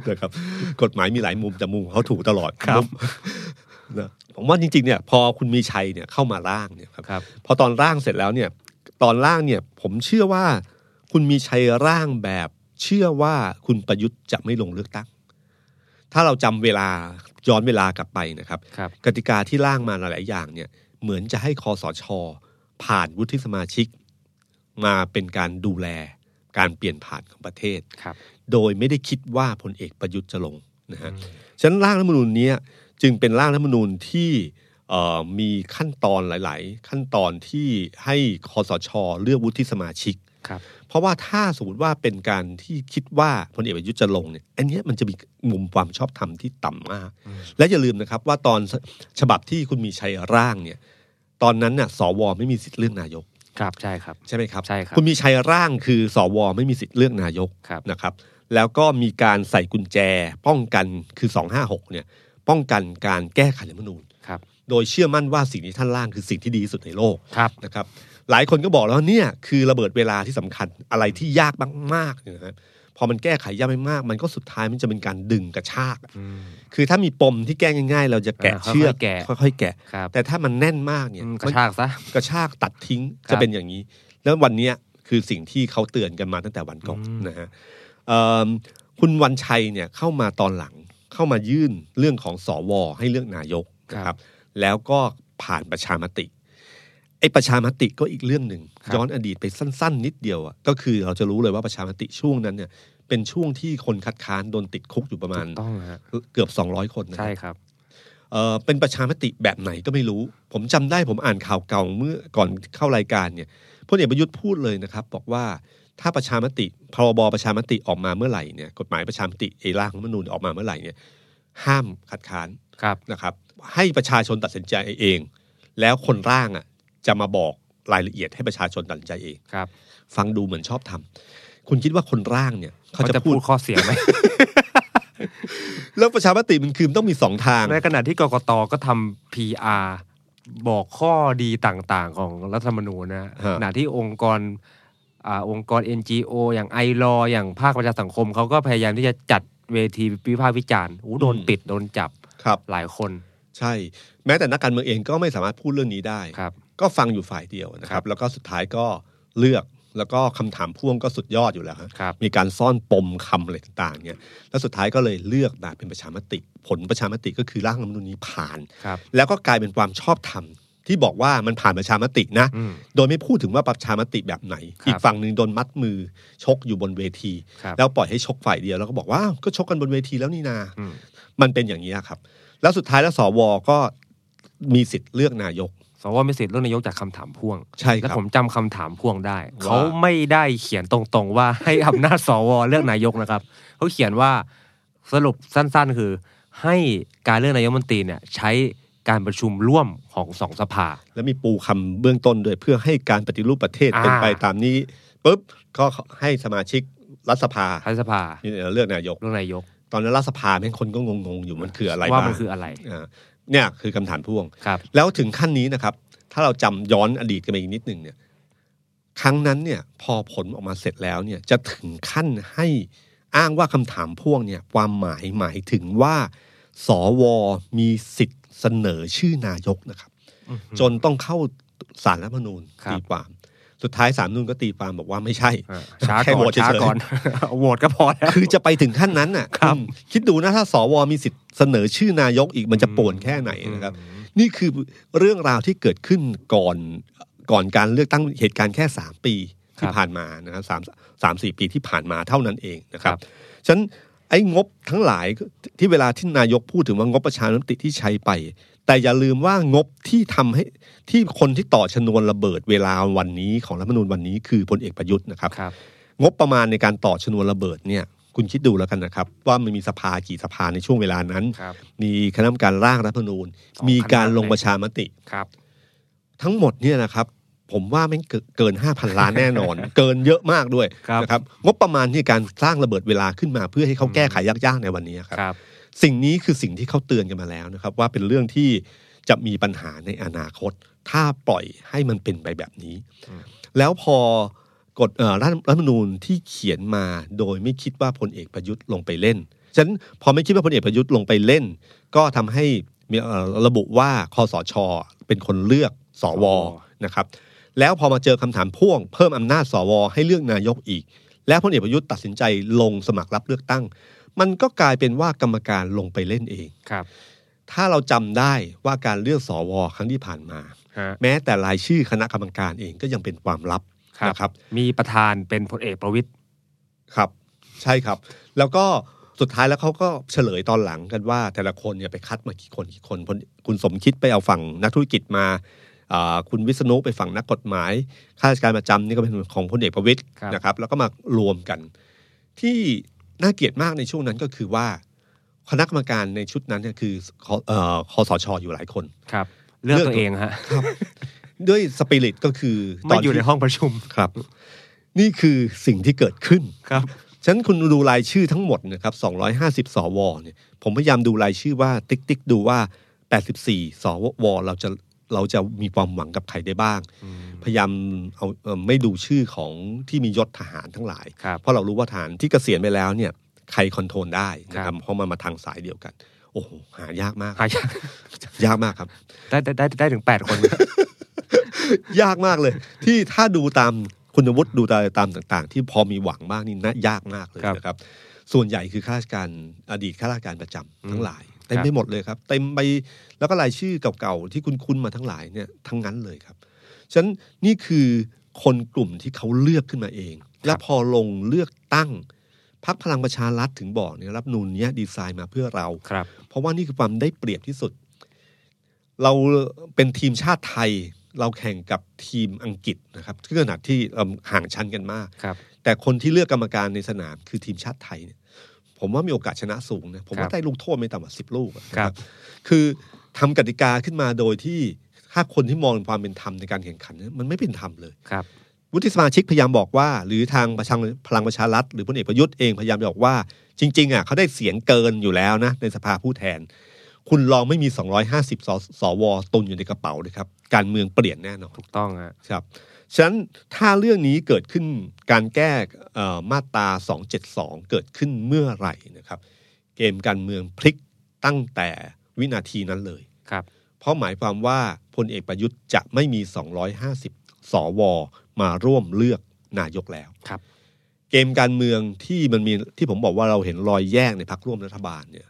Speaker 2: นะครับ [LAUGHS] กฎหมายมีหลายมุมแต่มุมของเขาถูกตลอด
Speaker 3: ครับ
Speaker 2: มุมนะผมว่าจริงๆเนี่ย พอคุณมีชัยเนี่ยเข้ามาร่างเนี่ยครับ
Speaker 3: ครับ
Speaker 2: พอตอนร่างเสร็จแล้วเนี่ย ตอนร่างเนี่ย ผมเชื่อว่า คุณมีชัยร่างแบบ เชื่อว่าคุณประยุทธ์จะไม่ลงเลือกตั้ง ถ้าเราจำเวลาย้อนเวลากลับไปนะครับ
Speaker 3: ครับ
Speaker 2: กติกาที่ร่างมาหลายๆอย่างเนี่ยเหมือนจะให้คอสช ผ่านวุฒิสมาชิก มาเป็นการดูแลการเปลี่ยนผ่านของประเทศ
Speaker 3: ครับ
Speaker 2: โดยไม่ได้คิดว่าพลเอกประยุทธ์จะลงนะฮะฉะนั้นร่างรัฐธรรมนูญเนี้ยจึงเป็นร่างรัฐธรรมนูญที่เอ่อมีขั้นตอนหลาย ๆ ขั้นตอนที่ให้คอสช เลือกวุฒิสมาชิก
Speaker 3: ครับ
Speaker 2: เพราะว่าถ้าสมมติว่าเป็นการที่คิดว่าพลเอกประยุทธ์จะลงเนี่ยอันเนี้ยมันจะมีมุมความชอบธรรมที่ต่ำมาก
Speaker 3: อืม
Speaker 2: และอย่าลืมนะครับว่าตอนฉบับที่คุณมีชัยร่างเนี่ยตอนนั้นน่ะสวไม่มีสิทธิ์เลือกนายก
Speaker 3: ครับใช่ครับ
Speaker 2: ใช่ไหมครับ
Speaker 3: ใช่ครับ
Speaker 2: คุณมีชัยร่างคือสวไม่มีสิทธิ์เลือกนายก
Speaker 3: ครับ
Speaker 2: นะครับ แล้วก็มีการใส่กุญแจป้องกันคือ 256เนี่ยป้องกันการแก้ไขรัฐธรรมนูญ
Speaker 3: ครับ
Speaker 2: โดยเชื่อมั่นว่าสิ่งที่ท่านร่างคือสิ่งที่ดีที่สุดในโลก
Speaker 3: ครับ
Speaker 2: นะครับหลายคนก็บอกแล้วว่าเนี่ยคือระเบิดเวลาที่สำคัญอะไรที่ยากมากๆเนี่ยนะครับพอมันแก้ไขยากมากๆมันก็สุดท้ายมันจะเป็นการดึงกระชาก คือถ้ามีปมที่แก้ง่าย ๆ เราจะแกะ
Speaker 3: อ่า
Speaker 2: เชือก
Speaker 3: ค่อยๆแกะ
Speaker 2: ค่อยๆแกะ
Speaker 3: ครับ
Speaker 2: แต่ถ้ามันแน่นมากเนี่ย
Speaker 3: อืมก
Speaker 2: มั
Speaker 3: ระ
Speaker 2: น
Speaker 3: ชากซะ
Speaker 2: กระชากตัดทิ้ง
Speaker 3: ครับ
Speaker 2: จะเป็นอย่างนี้ แล้ววันเนี้ยคือสิ่งที่เขาเตือนกันมาตั้งแต่วันก่อน
Speaker 3: อืม
Speaker 2: นะฮะเอิ่มคุณวันชัยเนี่ยเข้ามาตอนหลังเข้ามายื่นเรื่องของสวให้เลือกนายกนะครับ แล้วก็ผ่านประชามติไอ้ประชามติก็อีกเรื่องหนึ่ง
Speaker 3: ครับ
Speaker 2: ย้อนอดีตไปสั้น ๆ นิดเดียวอะก็คือเราจะรู้เลยว่าประชามติช่วงนั้นเนี่ย เป็นช่วงที่คนคัดค้านโดนติดคุกอยู่ประมาณ
Speaker 3: ถูกต้องฮะ
Speaker 2: เกือบ 200 คนนะ
Speaker 3: ใช่ครับ
Speaker 2: เออเป็นประชามติแบบไหนก็ไม่รู้ ผมจำได้ผมอ่านข่าวเก่าเมื่อก่อนเข้ารายการเนี่ยพลเอกประยุทธ์พูดเลยนะครับ บอกว่าถ้าประชามติพรบประชามติออกมาเมื่อไหร่เนี่ยกฎหมายประชามติเอร่างรัฐธรรมนูญออกมาเมื่อไหร่เนี่ยห้ามคัดค้าน
Speaker 3: ครับ
Speaker 2: นะครับให้ประชาชนตัดสินใจเอง แล้วคนร่างอ่ะจะมาบอกรายละเอียดให้ประชาชนตัดสินใจเอง
Speaker 3: ครับ
Speaker 2: ฟังดูเหมือนชอบทำคุณคิดว่าคนร่างเนี่ยเขา
Speaker 3: เขา
Speaker 2: จะ
Speaker 3: จะ
Speaker 2: พู
Speaker 3: พู
Speaker 2: ด
Speaker 3: ดข้อเสียไหม
Speaker 2: แล้วประชามติมันคือต้องมีสองทาง
Speaker 3: ในขณะที่กกตก็ทำ PR บอกข้อดีต่างๆ ของรัฐธรรมนูญนะฮะ
Speaker 2: ฮะ
Speaker 3: ขณะที่องค์กรอ่าองค์กร NGO อย่างไอรออย่างภาคประชาสังคม เขาก็พยายามที่จะจัดเวทีวิพากษ์วิจารณ์อู้โดนปิดโดนจับ
Speaker 2: ครับ
Speaker 3: หลายคน
Speaker 2: ใช่ แม้แต่นักการเมืองเองก็ไม่สามารถพูดเรื่องนี้ได้
Speaker 3: ครับ
Speaker 2: ก็ฟังอยู่ฝ่ายเดียวนะค
Speaker 3: ครั
Speaker 2: รับ
Speaker 3: บ
Speaker 2: แล้วก็สุดท้ายก็เลือกแล้วก็คำถามพ่วงก็สุดยอดอยู่แล้วฮะ
Speaker 3: ครับ
Speaker 2: มีการซ่อนปมคำอะไรต่างๆเนี่ยแล้วสุดท้ายก็เลยเลือกมาเป็นประชามติ ผลประชามติก็คือร่างรัฐธรรมนูญนี้ผ่าน
Speaker 3: ครับ
Speaker 2: แล้วก็กลายเป็นความชอบธรรมที่บอกว่ามันผ่านประชามตินะ
Speaker 3: อืม
Speaker 2: โดยไม่พูดถึงว่าประชามติแบบไหน
Speaker 3: ครับ
Speaker 2: อีกฝั่งหนึ่งโดนมัดมือชกอยู่บนเวที
Speaker 3: ครับ
Speaker 2: แล้วปล่อยให้ชกฝ่ายเดียวแล้วก็บอกว่าอ้าวก็ชกกันบนเวทีแล้วนี่นา
Speaker 3: อืม
Speaker 2: มันเป็นอย่างนี้ครับ แล้วสุดท้ายแล้วสวก็มีสิทธิ์เลือกนายก
Speaker 3: สวมีสิทธิ์เรื่องนายกจากคำถามพ่วง
Speaker 2: ใช่ค
Speaker 3: และ
Speaker 2: รับ
Speaker 3: ผมจำคำถามพ่วงได้
Speaker 2: ว่า
Speaker 3: เขาไม่ได้เขียนตรงๆว่า ให้ [LAUGHS] อำนาจสวเลือกนายกนะครับ เขาเขียนว่าสรุปสั้นๆ คือ ให้การเลือกนายกรัฐมนตรีเนี่ยใช้การประชุมร่วมของสองสภา
Speaker 2: แล้วมีปูคำเบื้องต้นด้วยเพื่อให้การปฏิรูปประเทศเป็น
Speaker 3: อ่า
Speaker 2: ไปตามนี้ปุ๊บก็ให้สมาชิกรัฐสภา
Speaker 3: รัฐสภา
Speaker 2: นี่เลือกนายก
Speaker 3: เลือกนายก
Speaker 2: ตอนนั้นรัฐสภาแม่งคนก็งงๆอยู่มันคืออะไร
Speaker 3: ว่า
Speaker 2: บ้า
Speaker 3: มัน
Speaker 2: ง
Speaker 3: คืออะไร
Speaker 2: อ่าเนี่ยคือคำถามพ่วง
Speaker 3: ครับ
Speaker 2: แล้วถึงขั้นนี้นะครับ ถ้าเราจำย้อนอดีตกันไปอีกนิดหนึ่งเนี่ย ครั้งนั้นเนี่ย พอผลออกมาเสร็จแล้วเนี่ย จะถึงขั้นให้อ้างว่าคำถามพ่วงเนี่ย ความหมายหมายถึงว่าสวมีสิทธิ์เสนอชื่อนายกนะครับ จนต้องเข้าสารรัฐธรรมนูญ
Speaker 3: ครับ
Speaker 2: ตีความ สุดท้ายสารรัฐธรรมนูญก็ตีความบอกว่าไม่ใช่
Speaker 3: อ่าช้า
Speaker 2: แค่
Speaker 3: ก่อ
Speaker 2: โหวน ตเฉยๆ
Speaker 3: ช้าก่อน [LAUGHS] โหวตก็พอแล้ว
Speaker 2: คือจะไปถึงขั้นนั้นน่ะ
Speaker 3: ครับ
Speaker 2: อืมคิดดูนะถ้าสวมีสิทธิ์เสนอชื่อนายกอีกมันจะป่วนแค่ไหนนะครับ นี่คือเรื่องราวที่เกิดขึ้นก่อนก่อนการเลือกตั้งเหตุการณ์แค่ 3 ปีที่
Speaker 3: ครับ
Speaker 2: ผ่านมานะครับสามสามสี่ปีที่ผ่านมาเท่านั้นเองนะครั
Speaker 3: ครับ บ
Speaker 2: ฉะนั้นไอ้งบทั้งหลายที่เวลาที่นายกพูดถึงว่างบประชาธิปไตยที่ใช้ไป แต่อย่าลืมว่างบที่ทำให้ที่คนที่ต่อชนวนระเบิดเวลาวันนี้ของรัฐธรรมนูญวันนี้คือพลเอกประยุทธ์นะครับ
Speaker 3: ครับ
Speaker 2: งบประมาณในการต่อชนวนระเบิดเนี่ยคุณคิดดูแล้วกันนะครับ ว่ามันมีสภากี่สภาในช่วงเวลานั้น
Speaker 3: ครับ
Speaker 2: มีคณะกรรมการร่างรัฐธรรมนูญ
Speaker 3: สอง
Speaker 2: มีการ
Speaker 3: คณะ
Speaker 2: ลงประชามติ
Speaker 3: ครับ
Speaker 2: ทั้งหมดเนี่ยนะครับ ผมว่าแมันเกินเกิน 5,000 ล้านแน่น
Speaker 3: [LAUGHS]
Speaker 2: อน เกินเยอะมากด้วย
Speaker 3: ครับ
Speaker 2: นะครับงบประมาณที่การสร้างระเบิดเวลาขึ้นมา เพื่อให้เขาแก้ไขยากๆในวันนี้ครับ
Speaker 3: ครับ
Speaker 2: สิ่งนี้คือสิ่งที่เขาเตือนกันมาแล้วนะครับ ว่าเป็นเรื่องที่จะมีปัญหาในอนาคต ถ้าปล่อยให้มันเป็นไปแบบนี้
Speaker 3: อืม
Speaker 2: แล้วพอกฎเอ่อรัฐรัฐธรรมนูญที่เขียนมาโดยไม่คิดว่าพลเอกประยุทธ์ลงไปเล่นฉะนั้นพอไม่คิดว่าพลเอกประยุทธ์ลงไปเล่น ก็ทำให้มีเอ่อระบุว่าคอสช เป็นคนเลือกสวนะครับ แล้วพอมาเจอคำถามพ่วงเพิ่มอำนาจสว ให้เลือกนายกอีก และพลเอกประยุทธ์ตัดสินใจลงสมัครรับเลือกตั้ง มันก็กลายเป็นว่ากรรมการลงไปเล่นเอง
Speaker 3: ครับ
Speaker 2: ถ้าเราจำได้ว่าการเลือกสวครั้งที่ผ่านมา
Speaker 3: ฮะ
Speaker 2: แม้แต่รายชื่อคณะกรรมการเองก็ยังเป็นความลับนะครับ
Speaker 3: มีประธานเป็นพลเอกประวิตย
Speaker 2: ครับ ใช่ครับ แล้วก็สุดท้ายแล้วเขาก็เฉลยตอนหลังกันว่า แต่ละคนเนี่ยไปคัดมากี่คนกี่คนพลคุณสมคิดไปเอาฝั่งนักธุรกิจมาอ่าคุณวิษณุไปฝั่งนักกฎหมายข้าราชการประจำนี่ก็เป็นของพลเอกประวิตย
Speaker 3: ครับ
Speaker 2: นะครับ แล้วก็มารวมกัน ที่น่าเกลียดมากในช่วงนั้นก็คือว่าคณะกรรมการในชุดนั้นเนี่ยคือคเอ่อคอสชอยู่หลายคน
Speaker 3: ครับ เลือก
Speaker 2: เลือก
Speaker 3: ตัวเองฮะ
Speaker 2: ด้วยสปิริตก็คือต
Speaker 3: ไม่อยู่ใน
Speaker 2: ที่
Speaker 3: ห้องประชุม
Speaker 2: ครับ นี่คือสิ่งที่เกิดขึ้น
Speaker 3: ครับ
Speaker 2: ฉะนันคุณดูรายชื่อทั้งหมดนะครับ250 สวเนี่ย ผมพยายามดูรายชื่อว่าติ๊กติ๊กดูว่า 84สวเราจะเราจะมีความหวังกับใครได้บ้าง พยายามเอาเอ่อไม่ดูชื่อของที่มียศทหารทั้งหลาย
Speaker 3: ครับ
Speaker 2: เพราะเรารู้ว่าฐานที่เกษียณไปแล้วเนี่ยใครคอนโทรลได้นะค
Speaker 3: ครั
Speaker 2: รับบ เพราะมันมาทางสายเดียวกัน โอ้โหหายากมาก
Speaker 3: หายาก
Speaker 2: ยากมากครับ
Speaker 3: ได้ได้ได้ได้ถึงแปดคน
Speaker 2: ยากมากเลย ที่ถ้าดูตามคุณวุฒิดูตามตามต่างๆ ที่พอมีหวังบ้างนี่นะยากมากเลย
Speaker 3: ครับ
Speaker 2: นะครับ ส่วนใหญ่คือข้าราชการอดีตข้าราชการประจำ
Speaker 3: อืม
Speaker 2: ทั้งหลายเต็มไปหมดเลยครับเต็มไปแล้วก็รายชื่อเก่าๆที่คุณคุ้นๆมาทั้งหลายเนี่ยทั้งนั้นเลยครับฉะนั้นนี่คือคนกลุ่มที่เขาเลือกขึ้นมาเอง และพอลงเลือกตั้งพักพลังประชารัฐถึงบอกเนี่ยรับนูนเนี้ยดีไซน์มาเพื่อเรา
Speaker 3: [LAUGHS] ครับ
Speaker 2: เพราะว่านี่คือความได้เปรียบที่สุด เราเป็นทีมชาติไทย เราแข่งกับทีมอังกฤษนะครับที่ขนาดที่เราห่างชั้นกันมาก
Speaker 3: ครับ
Speaker 2: แต่คนที่เลือกกรรมการในสนามคือทีมชาติไทยเนี่ย ผมว่ามีโอกาสชนะสูงนะผม
Speaker 3: ครั
Speaker 2: ว่า
Speaker 3: บ
Speaker 2: ได้ลูกโทษไม่ต่ำกว่าสิบลูกอะ
Speaker 3: ครับ
Speaker 2: คือทำกติกาขึ้นมาโดยที่ถ้าคนที่มองความเป็นธรรมในการแข่งขันเนี่ยมันไม่เป็นธรรมเลย
Speaker 3: ครับ
Speaker 2: วุฒิสมาชิกพยายามบอกว่า หรือทางประชังพลังประชารัฐหรือพลเอกประยุทธ์เองพยายามจะบอกว่า จริง ๆอ่ะเขาได้เสียงเกินอยู่แล้วนะในสภาผู้แทน คุณลองไม่มี 250สสวตุนอยู่ในกระเป๋าเลยครับ การเมืองเปลี่ยนแน่นอน
Speaker 3: ถูกต้องฮะ
Speaker 2: ครับฉะนั้นถ้าเรื่องนี้เกิดขึ้นการแก้เอ่อมาตรา 272 เกิดขึ้นเมื่อไหร่นะครับ เกมการเมืองพลิกตั้งแต่วินาทีนั้นเลย
Speaker 3: ครับ
Speaker 2: เพราะหมายความว่าพลเอกประยุทธ์จะไม่มี 250 สว มาร่วมเลือกนายกแล้ว
Speaker 3: ครับ
Speaker 2: เกมการเมืองที่มันมีที่ผมบอกว่าเราเห็นรอยแยกในพักร่วมรัฐบาลเนี่ย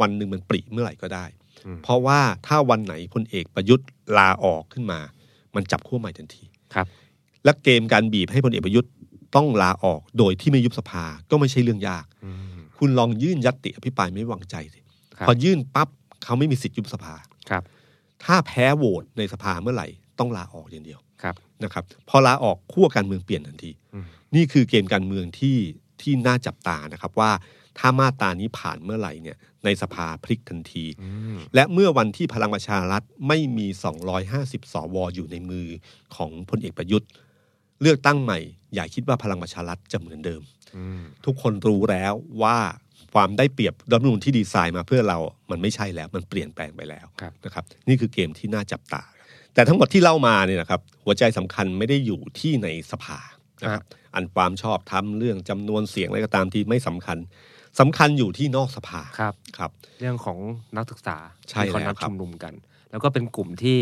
Speaker 2: วันหนึ่งมันปริเมื่อไหร่ก็ได้
Speaker 3: อืม
Speaker 2: เพราะว่าถ้าวันไหนพลเอกประยุทธ์ลาออกขึ้นมา มันจับขั้วใหม่ทันที
Speaker 3: ครับ
Speaker 2: และเกมการบีบให้พลเอกประยุทธ์ต้องลาออกโดยที่ไม่ยุบสภาก็ไม่ใช่เรื่องยาก
Speaker 3: อืม
Speaker 2: คุณลองยื่นยัตติอภิปรายไม่ไว้วางใจสิ
Speaker 3: ครับ
Speaker 2: พอยื่นปั๊บเขาไม่มีสิทธิ์ยุบสภา
Speaker 3: ครับ
Speaker 2: ถ้าแพ้โหวตในสภาเมื่อไหร่ต้องลาออกอย่างเดียว
Speaker 3: ครับ
Speaker 2: นะครับพอลาออกขั้วการเมืองเปลี่ยนทันที
Speaker 3: อืม
Speaker 2: นี่คือเกมการเมืองที่ที่น่าจับตานะครับว่าถ้ามาตรานี้ผ่านเมื่อไหร่เนี่ยในสภาพลิกทันที
Speaker 3: อืม
Speaker 2: และเมื่อวันที่พลังประชารัฐไม่มี 250 สวอยู่ในมือของพลเอกประยุทธ์ เลือกตั้งใหม่ อย่าคิดว่าพลังประชารัฐจะเหมือนเดิม
Speaker 3: อืม
Speaker 2: ทุกคนรู้แล้วว่าความได้เปรียบรัฐธรรมนูญที่ดีไซน์มาเพื่อเรา มันไม่ใช่แล้วมันเปลี่ยนแปลงไปแล้ว
Speaker 3: ครับ
Speaker 2: นะครับนี่คือเกมที่น่าจับตา แต่ทั้งหมดที่เล่ามาเนี่ยนะครับหัวใจสำคัญไม่ได้อยู่ที่ในสภานะครับอันความชอบทํเรื่องจำนวนเสียงอะไรก็ตามที่ไม่สำคัญสำคัญอยู่ที่นอกสภา
Speaker 3: ครับ
Speaker 2: ครับ
Speaker 3: เรื่องของนักศึกษา
Speaker 2: ใช่
Speaker 3: ที่เขา
Speaker 2: แล้ว
Speaker 3: นัด
Speaker 2: ครับ
Speaker 3: ชุมนุมกัน แล้วก็เป็นกลุ่มที่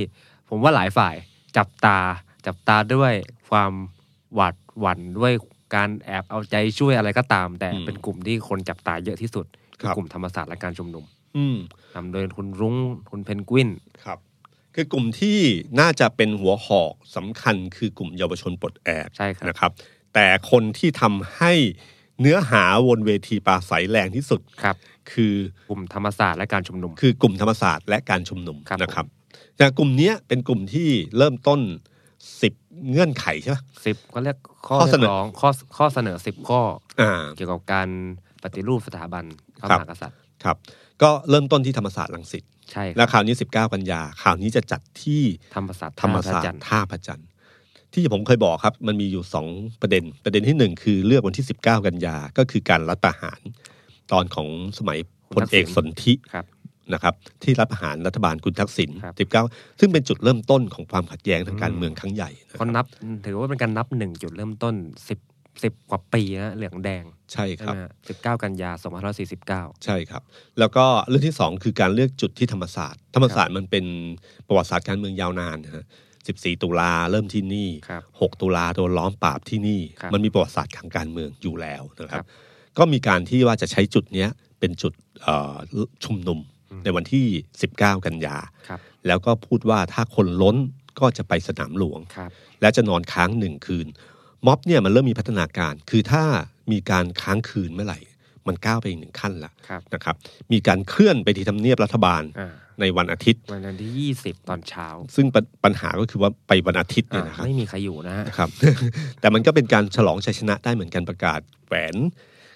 Speaker 3: ผมว่าหลายฝ่ายจับตา จับตาด้วยความหวาดหวั่นด้วยการแอบเอาใจช่วยอะไรก็ตาม แต่เป็นกลุ่มที่คนจับตาเยอะที่สุดคือกลุ่มธรรมศาสตร์และการชุมนุม
Speaker 2: อืม
Speaker 3: นำโดยคุณรุ้งคุณเพนกวิน
Speaker 2: ครับ คือกลุ่มที่น่าจะเป็นหัวหอกสำคัญคือกลุ่มเยาวชนปลดแอก
Speaker 3: ใช่ครับ
Speaker 2: นะครับ แต่คนที่ทำให้เนื้อหาวนเวทีปราศัยแรงที่สุด
Speaker 3: ครับ
Speaker 2: คือ
Speaker 3: กลุ่มธรรมศาสตร์และการชุมนุม
Speaker 2: คือกลุ่มธรรมศาสตร์และการชุมนุม
Speaker 3: ครับ
Speaker 2: นะครับแต่กลุ่มเนี้ยเป็นกลุ่มที่เริ่มต้น 10 เงื่อนไขใช่ไหม
Speaker 3: สิบก็เรียกข้อ
Speaker 2: ข้อ
Speaker 3: เรี
Speaker 2: เส
Speaker 3: ย
Speaker 2: นอ
Speaker 3: กร้องข้อข้อเสนอสิบข้อ
Speaker 2: อ่า
Speaker 3: เกี่ยวกับการปฏิรูปสถาบันพระมหากษัตริย์
Speaker 2: ครับ ก็เริ่มต้นที่ธรรมศาสตร์ลังสิต
Speaker 3: ใช่ค
Speaker 2: และ
Speaker 3: รับ
Speaker 2: คราวนี้ 19 กันยาคราวนี้จะจัดที่
Speaker 3: ธรรมศาสตร์
Speaker 2: ธรรมศาสต
Speaker 3: ท่พะจัน
Speaker 2: ร์ท่าพระจันทร์ที่ผมเคยบอกครับ มันมีอยู่ 2 ประเด็น ประเด็นที่ 1 คือเลือกวันที่ 19 กันยาก็คือการรัฐประหาร ตอนของสมัยพลเอกสนธิ
Speaker 3: ครับ
Speaker 2: นะครับที่รับประหารรัฐบาลคุณทักษิณ
Speaker 3: ครับ
Speaker 2: 19 ซึ่งเป็นจุดเริ่มต้นของความขัดแย้งทางการเมืองครั้งใหญ่นะค
Speaker 3: ครับ นนับถือว่าเป็นการนับหนึ่งจุดเริ่มต้นสิบสิบกว่าปีนะเหลืองแดง
Speaker 2: ใช่
Speaker 3: ใช่
Speaker 2: ค
Speaker 3: ไห
Speaker 2: รับ
Speaker 3: มสิบเก้ากันยาสองพันสี่สิบเก้า
Speaker 2: ใช่ครับ แล้วก็เรื่องที่สองคือการเลือกจุดที่ธรรมศาสตร์ ธรรมศาสตร์มันเป็นประวัติศาสตร์การเมืองยาวนานนะฮะ14 ตุลาเริ่มที่นี่
Speaker 3: ครับ
Speaker 2: 6 ตุลาโดนล้อมปราบที่นี่
Speaker 3: ครับ
Speaker 2: มันมีประวัติศาสตร์ทางการเมืองอยู่แล้วนะค
Speaker 3: ครั
Speaker 2: รับ
Speaker 3: บ
Speaker 2: ก็มีการที่ว่าจะใช้จุดเนี้ยเป็นจุดเอ่อชุมนุม
Speaker 3: อืม
Speaker 2: ในวันที่ 19 กันยา
Speaker 3: ครับ
Speaker 2: แล้วก็พูดว่าถ้าคนล้นก็จะไปสนามหลวง
Speaker 3: ครับ
Speaker 2: และจะนอนค้างหนึ่งคืน ม็อบเนี่ยมันเริ่มมีพัฒนาการ คือถ้ามีการค้างคืนเมื่อไหร่ มันก้าวไปอีกหนึ่งขั้นละ
Speaker 3: ครับ
Speaker 2: นะครับมีการเคลื่อนไปที่ทำเนียบรัฐบาล
Speaker 3: อ่า
Speaker 2: ในวันอาทิตย์
Speaker 3: วันนั้นที่ยี่สิบตอนเช้า
Speaker 2: ซึ่งปญปัญหาก็คือว่าไปวันอาทิตย์
Speaker 3: อ่า
Speaker 2: เนี่ยนะครับ
Speaker 3: ไม่มีใครอยู่นะฮะ
Speaker 2: นะครับ [LAUGHS] แต่มันก็เป็นการฉลองชัยชนะได้เหมือนกันประกาศแหวน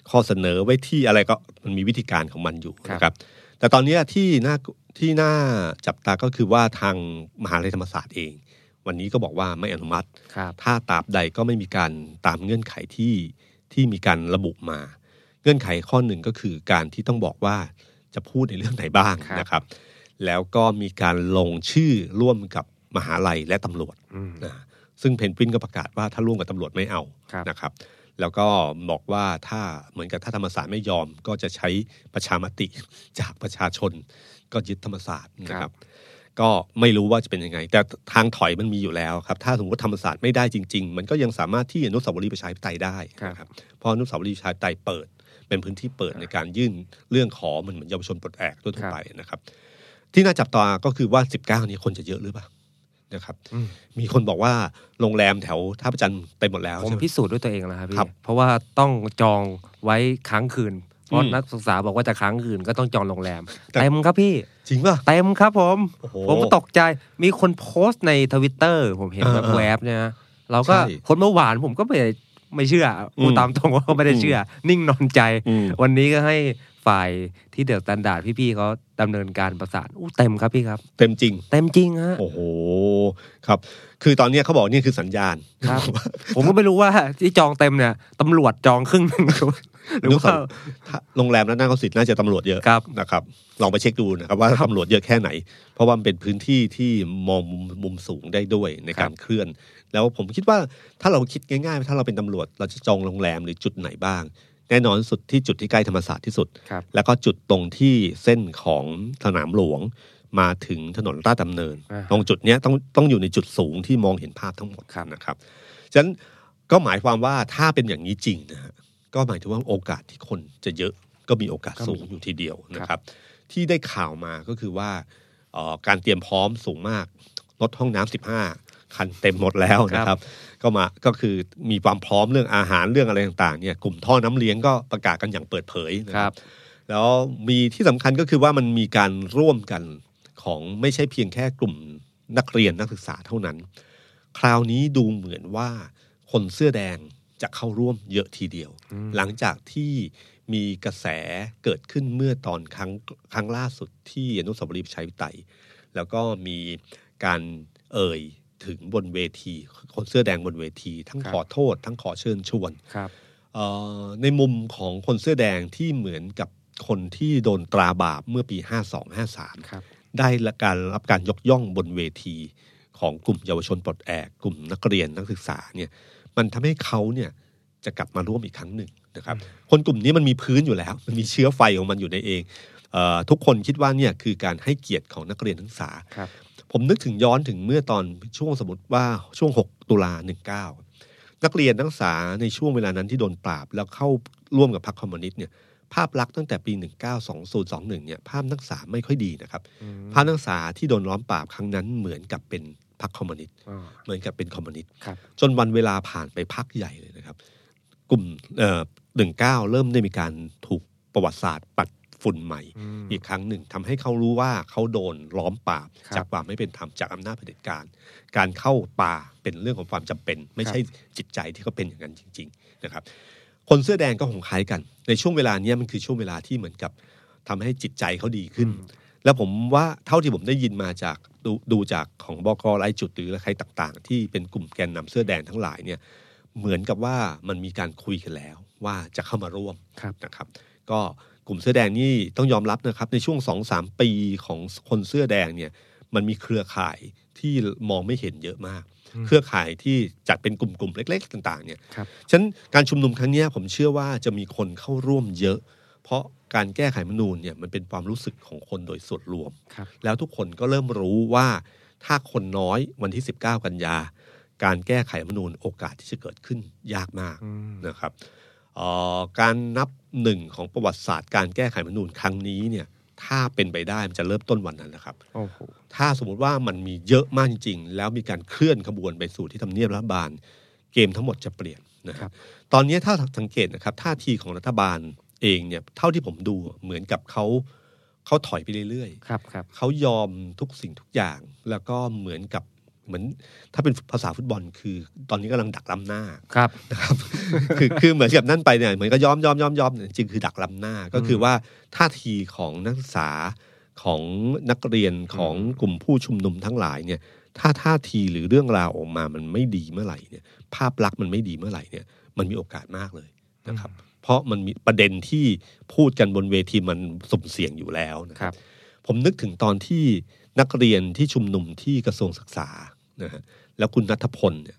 Speaker 2: ข้อเสนอไว้ที่อะไรก็มันมีวิธีการของมันอยู่นะครับ แต่ตอนเนี้ยที่น่าที่น่าจับตาก็คือว่าทางมหาลัยธรรมศาสตร์เอง วันนี้ก็บอกว่าไม่อนุมัติ
Speaker 3: ครับ
Speaker 2: ถ้าตราบใดก็ไม่มีการตามเงื่อนไขที่ที่มีการระบุมา เงื่อนไขข้อหนึ่งก็คือการที่ต้องบอกว่าจะพูดในเรื่องไหนบ้าง
Speaker 3: ครับ
Speaker 2: นะครับ แล้วก็มีการลงชื่อร่วมกับมหาลัยและตำรวจ
Speaker 3: อืม
Speaker 2: นะซึ่งเพนกวินก็ประกาศว่าถ้าร่วมกับตำรวจไม่เอา
Speaker 3: ครับ
Speaker 2: นะครับ แล้วก็บอกว่าถ้าเหมือนกับถ้าธรรมศาสตร์ไม่ยอมก็จะใช้ประชามติ [LAUGHS] จากประชาชนก็ยึดธรรมศาสตร์นะครับ ก็ไม่รู้ว่าจะเป็นยังไง แต่ทางถอยมันมีอยู่แล้วครับถ้าสมมติธรรมศาสตร์ไม่ได้จริง ๆ มันก็ยังสามารถที่อนุสาวรีย์ประชาธิปไตยได้นะครับ เพราะอนุสาวรีย์ประชาธิปไตยเปิด เป็นพื้นที่เปิดในการยื่นเรื่องขอมันเหมือนเยาวชนปลดแอกทั่วๆไปนะครับ ที่น่าจับตาก็คือว่า 19นี้คนจะเยอะหรือเปล่านะครับ
Speaker 3: อืม
Speaker 2: มีคนบอกว่าโรงแรมแถวท่าประจันทร์เต็มหมดแล้ว
Speaker 3: ผม
Speaker 2: ใช่ไหม
Speaker 3: พิสูจน์ด้วยตัวเองแล้วครับพี่
Speaker 2: ครับ
Speaker 3: เพราะว่าต้องจองไว้ค้างคืน เพราะ
Speaker 2: อืม
Speaker 3: นักศึกษาบอกว่าจะค้างคืนก็ต้องจองโรงแรม
Speaker 2: แต่
Speaker 3: เต็มครับพี่
Speaker 2: จริงป่ะ
Speaker 3: เต็มครับผม
Speaker 2: โอ้โห
Speaker 3: ผมตกใจมีคนโพสต์ในทวิตเตอร์ผมเห็น
Speaker 2: เออ
Speaker 3: แบบแวบๆเนี่ยนะเราก็
Speaker 2: ใช่
Speaker 3: คนเมื่อวานผมก็ไม่ไม่เชื่ออ
Speaker 2: ม
Speaker 3: พูดตามตรงว่าไม่ได้เชื่อ นิ่งนอนใจ
Speaker 2: อืม
Speaker 3: วันนี้ก็ให้ฝ่ายที่เดือดตันดาดพี่ๆเขาดำเนินการประสานอู้เต็มครับพี่ครับ
Speaker 2: เต็มจริง
Speaker 3: เต็มจริงฮะ
Speaker 2: โอ้โหครับ คือตอนเนี้ยเขาบอกนี่คือสัญญาณ
Speaker 3: ครับ ผมก็ไม่รู้ว่าที่จองเต็มเนี่ยตำรวจจองครึ่งหนึ่งหรือ
Speaker 2: นึก
Speaker 3: ว่า
Speaker 2: ว่า ถ้าโรงแรมนั้นน่าเขาสิทธิ์น่าจะตำรวจเยอะ
Speaker 3: ครับ
Speaker 2: นะครับ ลองไปเช็คดูนะครับว่าตำรวจเยอะแค่ไหน เพราะว่ามันเป็นพื้นที่ที่มองมุมมุมสูงได้ด้วยในการเคลื่อน แล้วผมคิดว่าถ้าเราคิดง่ายๆ ถ้าเราเป็นตำรวจเราจะจองโรงแรมหรือจุดไหนบ้าง แน่นอนสุดที่จุดที่ใกล้ธรรมศาสตร์ที่สุด
Speaker 3: ครับ
Speaker 2: แล้วก็จุดตรงที่เส้นของสนามหลวงมาถึงถนนราชดำเนิน
Speaker 3: อ่า
Speaker 2: ตรงจุดเนี้ยต้องต้องอยู่ในจุดสูงที่มองเห็นภาพทั้งหมด
Speaker 3: ครับ
Speaker 2: นะครับ ฉะนั้นก็หมายความว่าถ้าเป็นอย่างนี้จริงนะฮะก็หมายถึงว่าโอกาสที่คนจะเยอะก็มีโอกาสสูงอยู่ทีเดียวนะครับ ที่ได้ข่าวมาก็คือว่าเอ่อการเตรียมพร้อมสูงมากรถห้องน้ำสิบห้าคันเต็มหมดแล้วนะครับ ก็มาก็คือมีความพร้อมเรื่องอาหารเรื่องอะไรต่างๆเนี่ยกลุ่มท่อน้ำเลี้ยงก็ประกาศกันอย่างเปิดเผยนะ
Speaker 3: ค
Speaker 2: ค
Speaker 3: รั
Speaker 2: รับ บ แล้วมีที่สำคัญก็คือว่ามันมีการร่วมกันของไม่ใช่เพียงแค่กลุ่มนักเรียนนักศึกษาเท่านั้น คราวนี้ดูเหมือนว่าคนเสื้อแดงจะเข้าร่วมเยอะทีเดียว หลังจากที่มีกระแสเกิดขึ้นเมื่อตอนครั้งครั้งล่าสุดที่อนุสาวรีย์ประชาธิปไตย แล้วก็มีการเอ่ยถึงบนเวที คนเสื้อแดงบนเวที ทั้ง
Speaker 3: ครับ
Speaker 2: ขอโทษ ทั้งขอเชิญชวน
Speaker 3: ครับ
Speaker 2: เอ่อในมุมของคนเสื้อแดงที่เหมือนกับคนที่โดนตราบาปเมื่อปี 5253
Speaker 3: ครับ
Speaker 2: ได้ละการรับการยกย่องบนเวทีของกลุ่มเยาวชนปลดแอกกลุ่มนักเรียนนักศึกษาเนี่ยมันทำให้เขาเนี่ยจะกลับมาร่วมอีกครั้งหนึ่งนะครับ คนกลุ่มนี้มันมีพื้นอยู่แล้ว มันมีเชื้อไฟของมันอยู่ในเองเออทุกคนคิดว่าเนี่ยคือการให้เกียรติของนักเรียนนักศึกษา
Speaker 3: ครับ
Speaker 2: ผมนึกถึงย้อนถึงเมื่อตอนช่วงสมมติว่าช่วง 6 ตุลา19 นักเรียนนักศึกษาในช่วงเวลานั้นที่โดนปราบ แล้วเข้าร่วมกับพรรคคอมมิวนิสต์เนี่ยภาพลักษณ์ตั้งแต่ปี 192021เนี่ยภาพนักศึกษาไม่ค่อยดีนะครับ ภาพนักศึกษาที่โดนล้อมปราบครั้งนั้นเหมือนกับเป็นพรรคคอมมิวนิสต์เหมือนกับเป็นคอมมิวนิสต์
Speaker 3: ครับ
Speaker 2: จนวันเวลาผ่านไปพักใหญ่เลยนะครับ กลุ่มเอ่อหนึ่งเก้าเริ่มได้มีการถูกประวัติศาสตร์ปัดฝุ่นใหม่ อีกครั้งหนึ่งทำให้เขารู้ว่าเขาโดนล้อมป่าบ
Speaker 3: ครับ
Speaker 2: จากความไม่เป็นธรรมจากอำนาจเผด็จการ การเข้าป่าเป็นเรื่องของความจำเป็น ไม่ใช่จิตใจที่เขาเป็นอย่างนั้นจริง ๆ นะครับ คนเสื้อแดงก็คงคล้ายกัน ในช่วงเวลาเนี้ยมันคือช่วงเวลาที่เหมือนกับทำให้จิตใจเขาดีขึ้น แล้วผมว่าเท่าที่ผมได้ยินมาจากดูดูจากของบกไร้จุดหรือใครต่าง ๆ ที่เป็นกลุ่มแกนนำเสื้อแดงทั้งหลายเนี่ย เหมือนกับว่ามันมีการคุยกันแล้ว ว่าจะเข้ามาร่วม
Speaker 3: ครับ
Speaker 2: นะครับ ก็กลุ่มเสื้อแดงนี่ต้องยอมรับนะครับ ในช่วงสองสามปีของคนเสื้อแดงเนี่ย มันมีเครือข่ายที่มองไม่เห็นเยอะมาก เครือข่ายที่จัดเป็นกลุ่มๆเล็ก ๆ ต่าง ๆ เนี่ย
Speaker 3: ครับ
Speaker 2: ฉะนั้นการชุมนุมครั้งเนี้ยผมเชื่อว่าจะมีคนเข้าร่วมเยอะ เพราะการแก้ไขรัฐธรรมนูญเนี่ยมันเป็นความรู้สึกของคนโดยส่วนรวม
Speaker 3: ครับ
Speaker 2: แล้วทุกคนก็เริ่มรู้ว่าถ้าคนน้อยวันที่ 19 กันยา การแก้ไขรัฐธรรมนูญโอกาสที่จะเกิดขึ้นยากมากนะครับเอ่อการนับหนึ่งของประวัติศาสตร์การแก้ไขรัฐธรรมนูญครั้งนี้เนี่ยถ้าเป็นไปได้มันจะเริ่มต้นวันนั้นนะครับ
Speaker 3: โอ้โห
Speaker 2: ถ้าสมมติว่ามันมีเยอะมากจริงๆ แล้วมีการเคลื่อนขบวนไปสู่ที่ทำเนียบรัฐบาล เกมทั้งหมดจะเปลี่ยนนะค
Speaker 3: ครั
Speaker 2: รับ บตอนนี้ถ้าสังเกตนะครับท่าทีของรัฐบาลเองเนี่ยเท่าที่ผมดูเหมือนกับเขาเขาถอยไปเรื่อยๆ
Speaker 3: ครับครับ
Speaker 2: เขายอมทุกสิ่งทุกอย่างแล้วก็เหมือนกับเหมือนถ้าเป็นภาษาฟุตบอลคือ ตอนนี้กำลังดักล้ำหน้า
Speaker 3: ครับ
Speaker 2: นะครับ [LAUGHS] คือคือเหมือนกับนั่นไปเนี่ยเหมือนก็ยอมยอมยอมยอมเนี่ยจริงคือดักล้ำหน้า ก็คือว่าท่าทีของนักศึกษาของนักเรียนของกลุ่มผู้ชุมนุมทั้งหลายเนี่ย ถ้าท่าทีหรือเรื่องราวออกมามันไม่ดีเมื่อไหร่เนี่ย ภาพลักษณ์มันไม่ดีเมื่อไหร่เนี่ย มันมีโอกาสมากเลยนะครับ เพราะมันมีประเด็นที่พูดกันบนเวทีมันสมเสียงอยู่แล้วนะค
Speaker 3: ครั
Speaker 2: รับ บ ผมนึกถึงตอนที่นักเรียนที่ชุมนุมที่กระทรวงศึกษานะฮะแล้วคุณนัทพลเนี่ย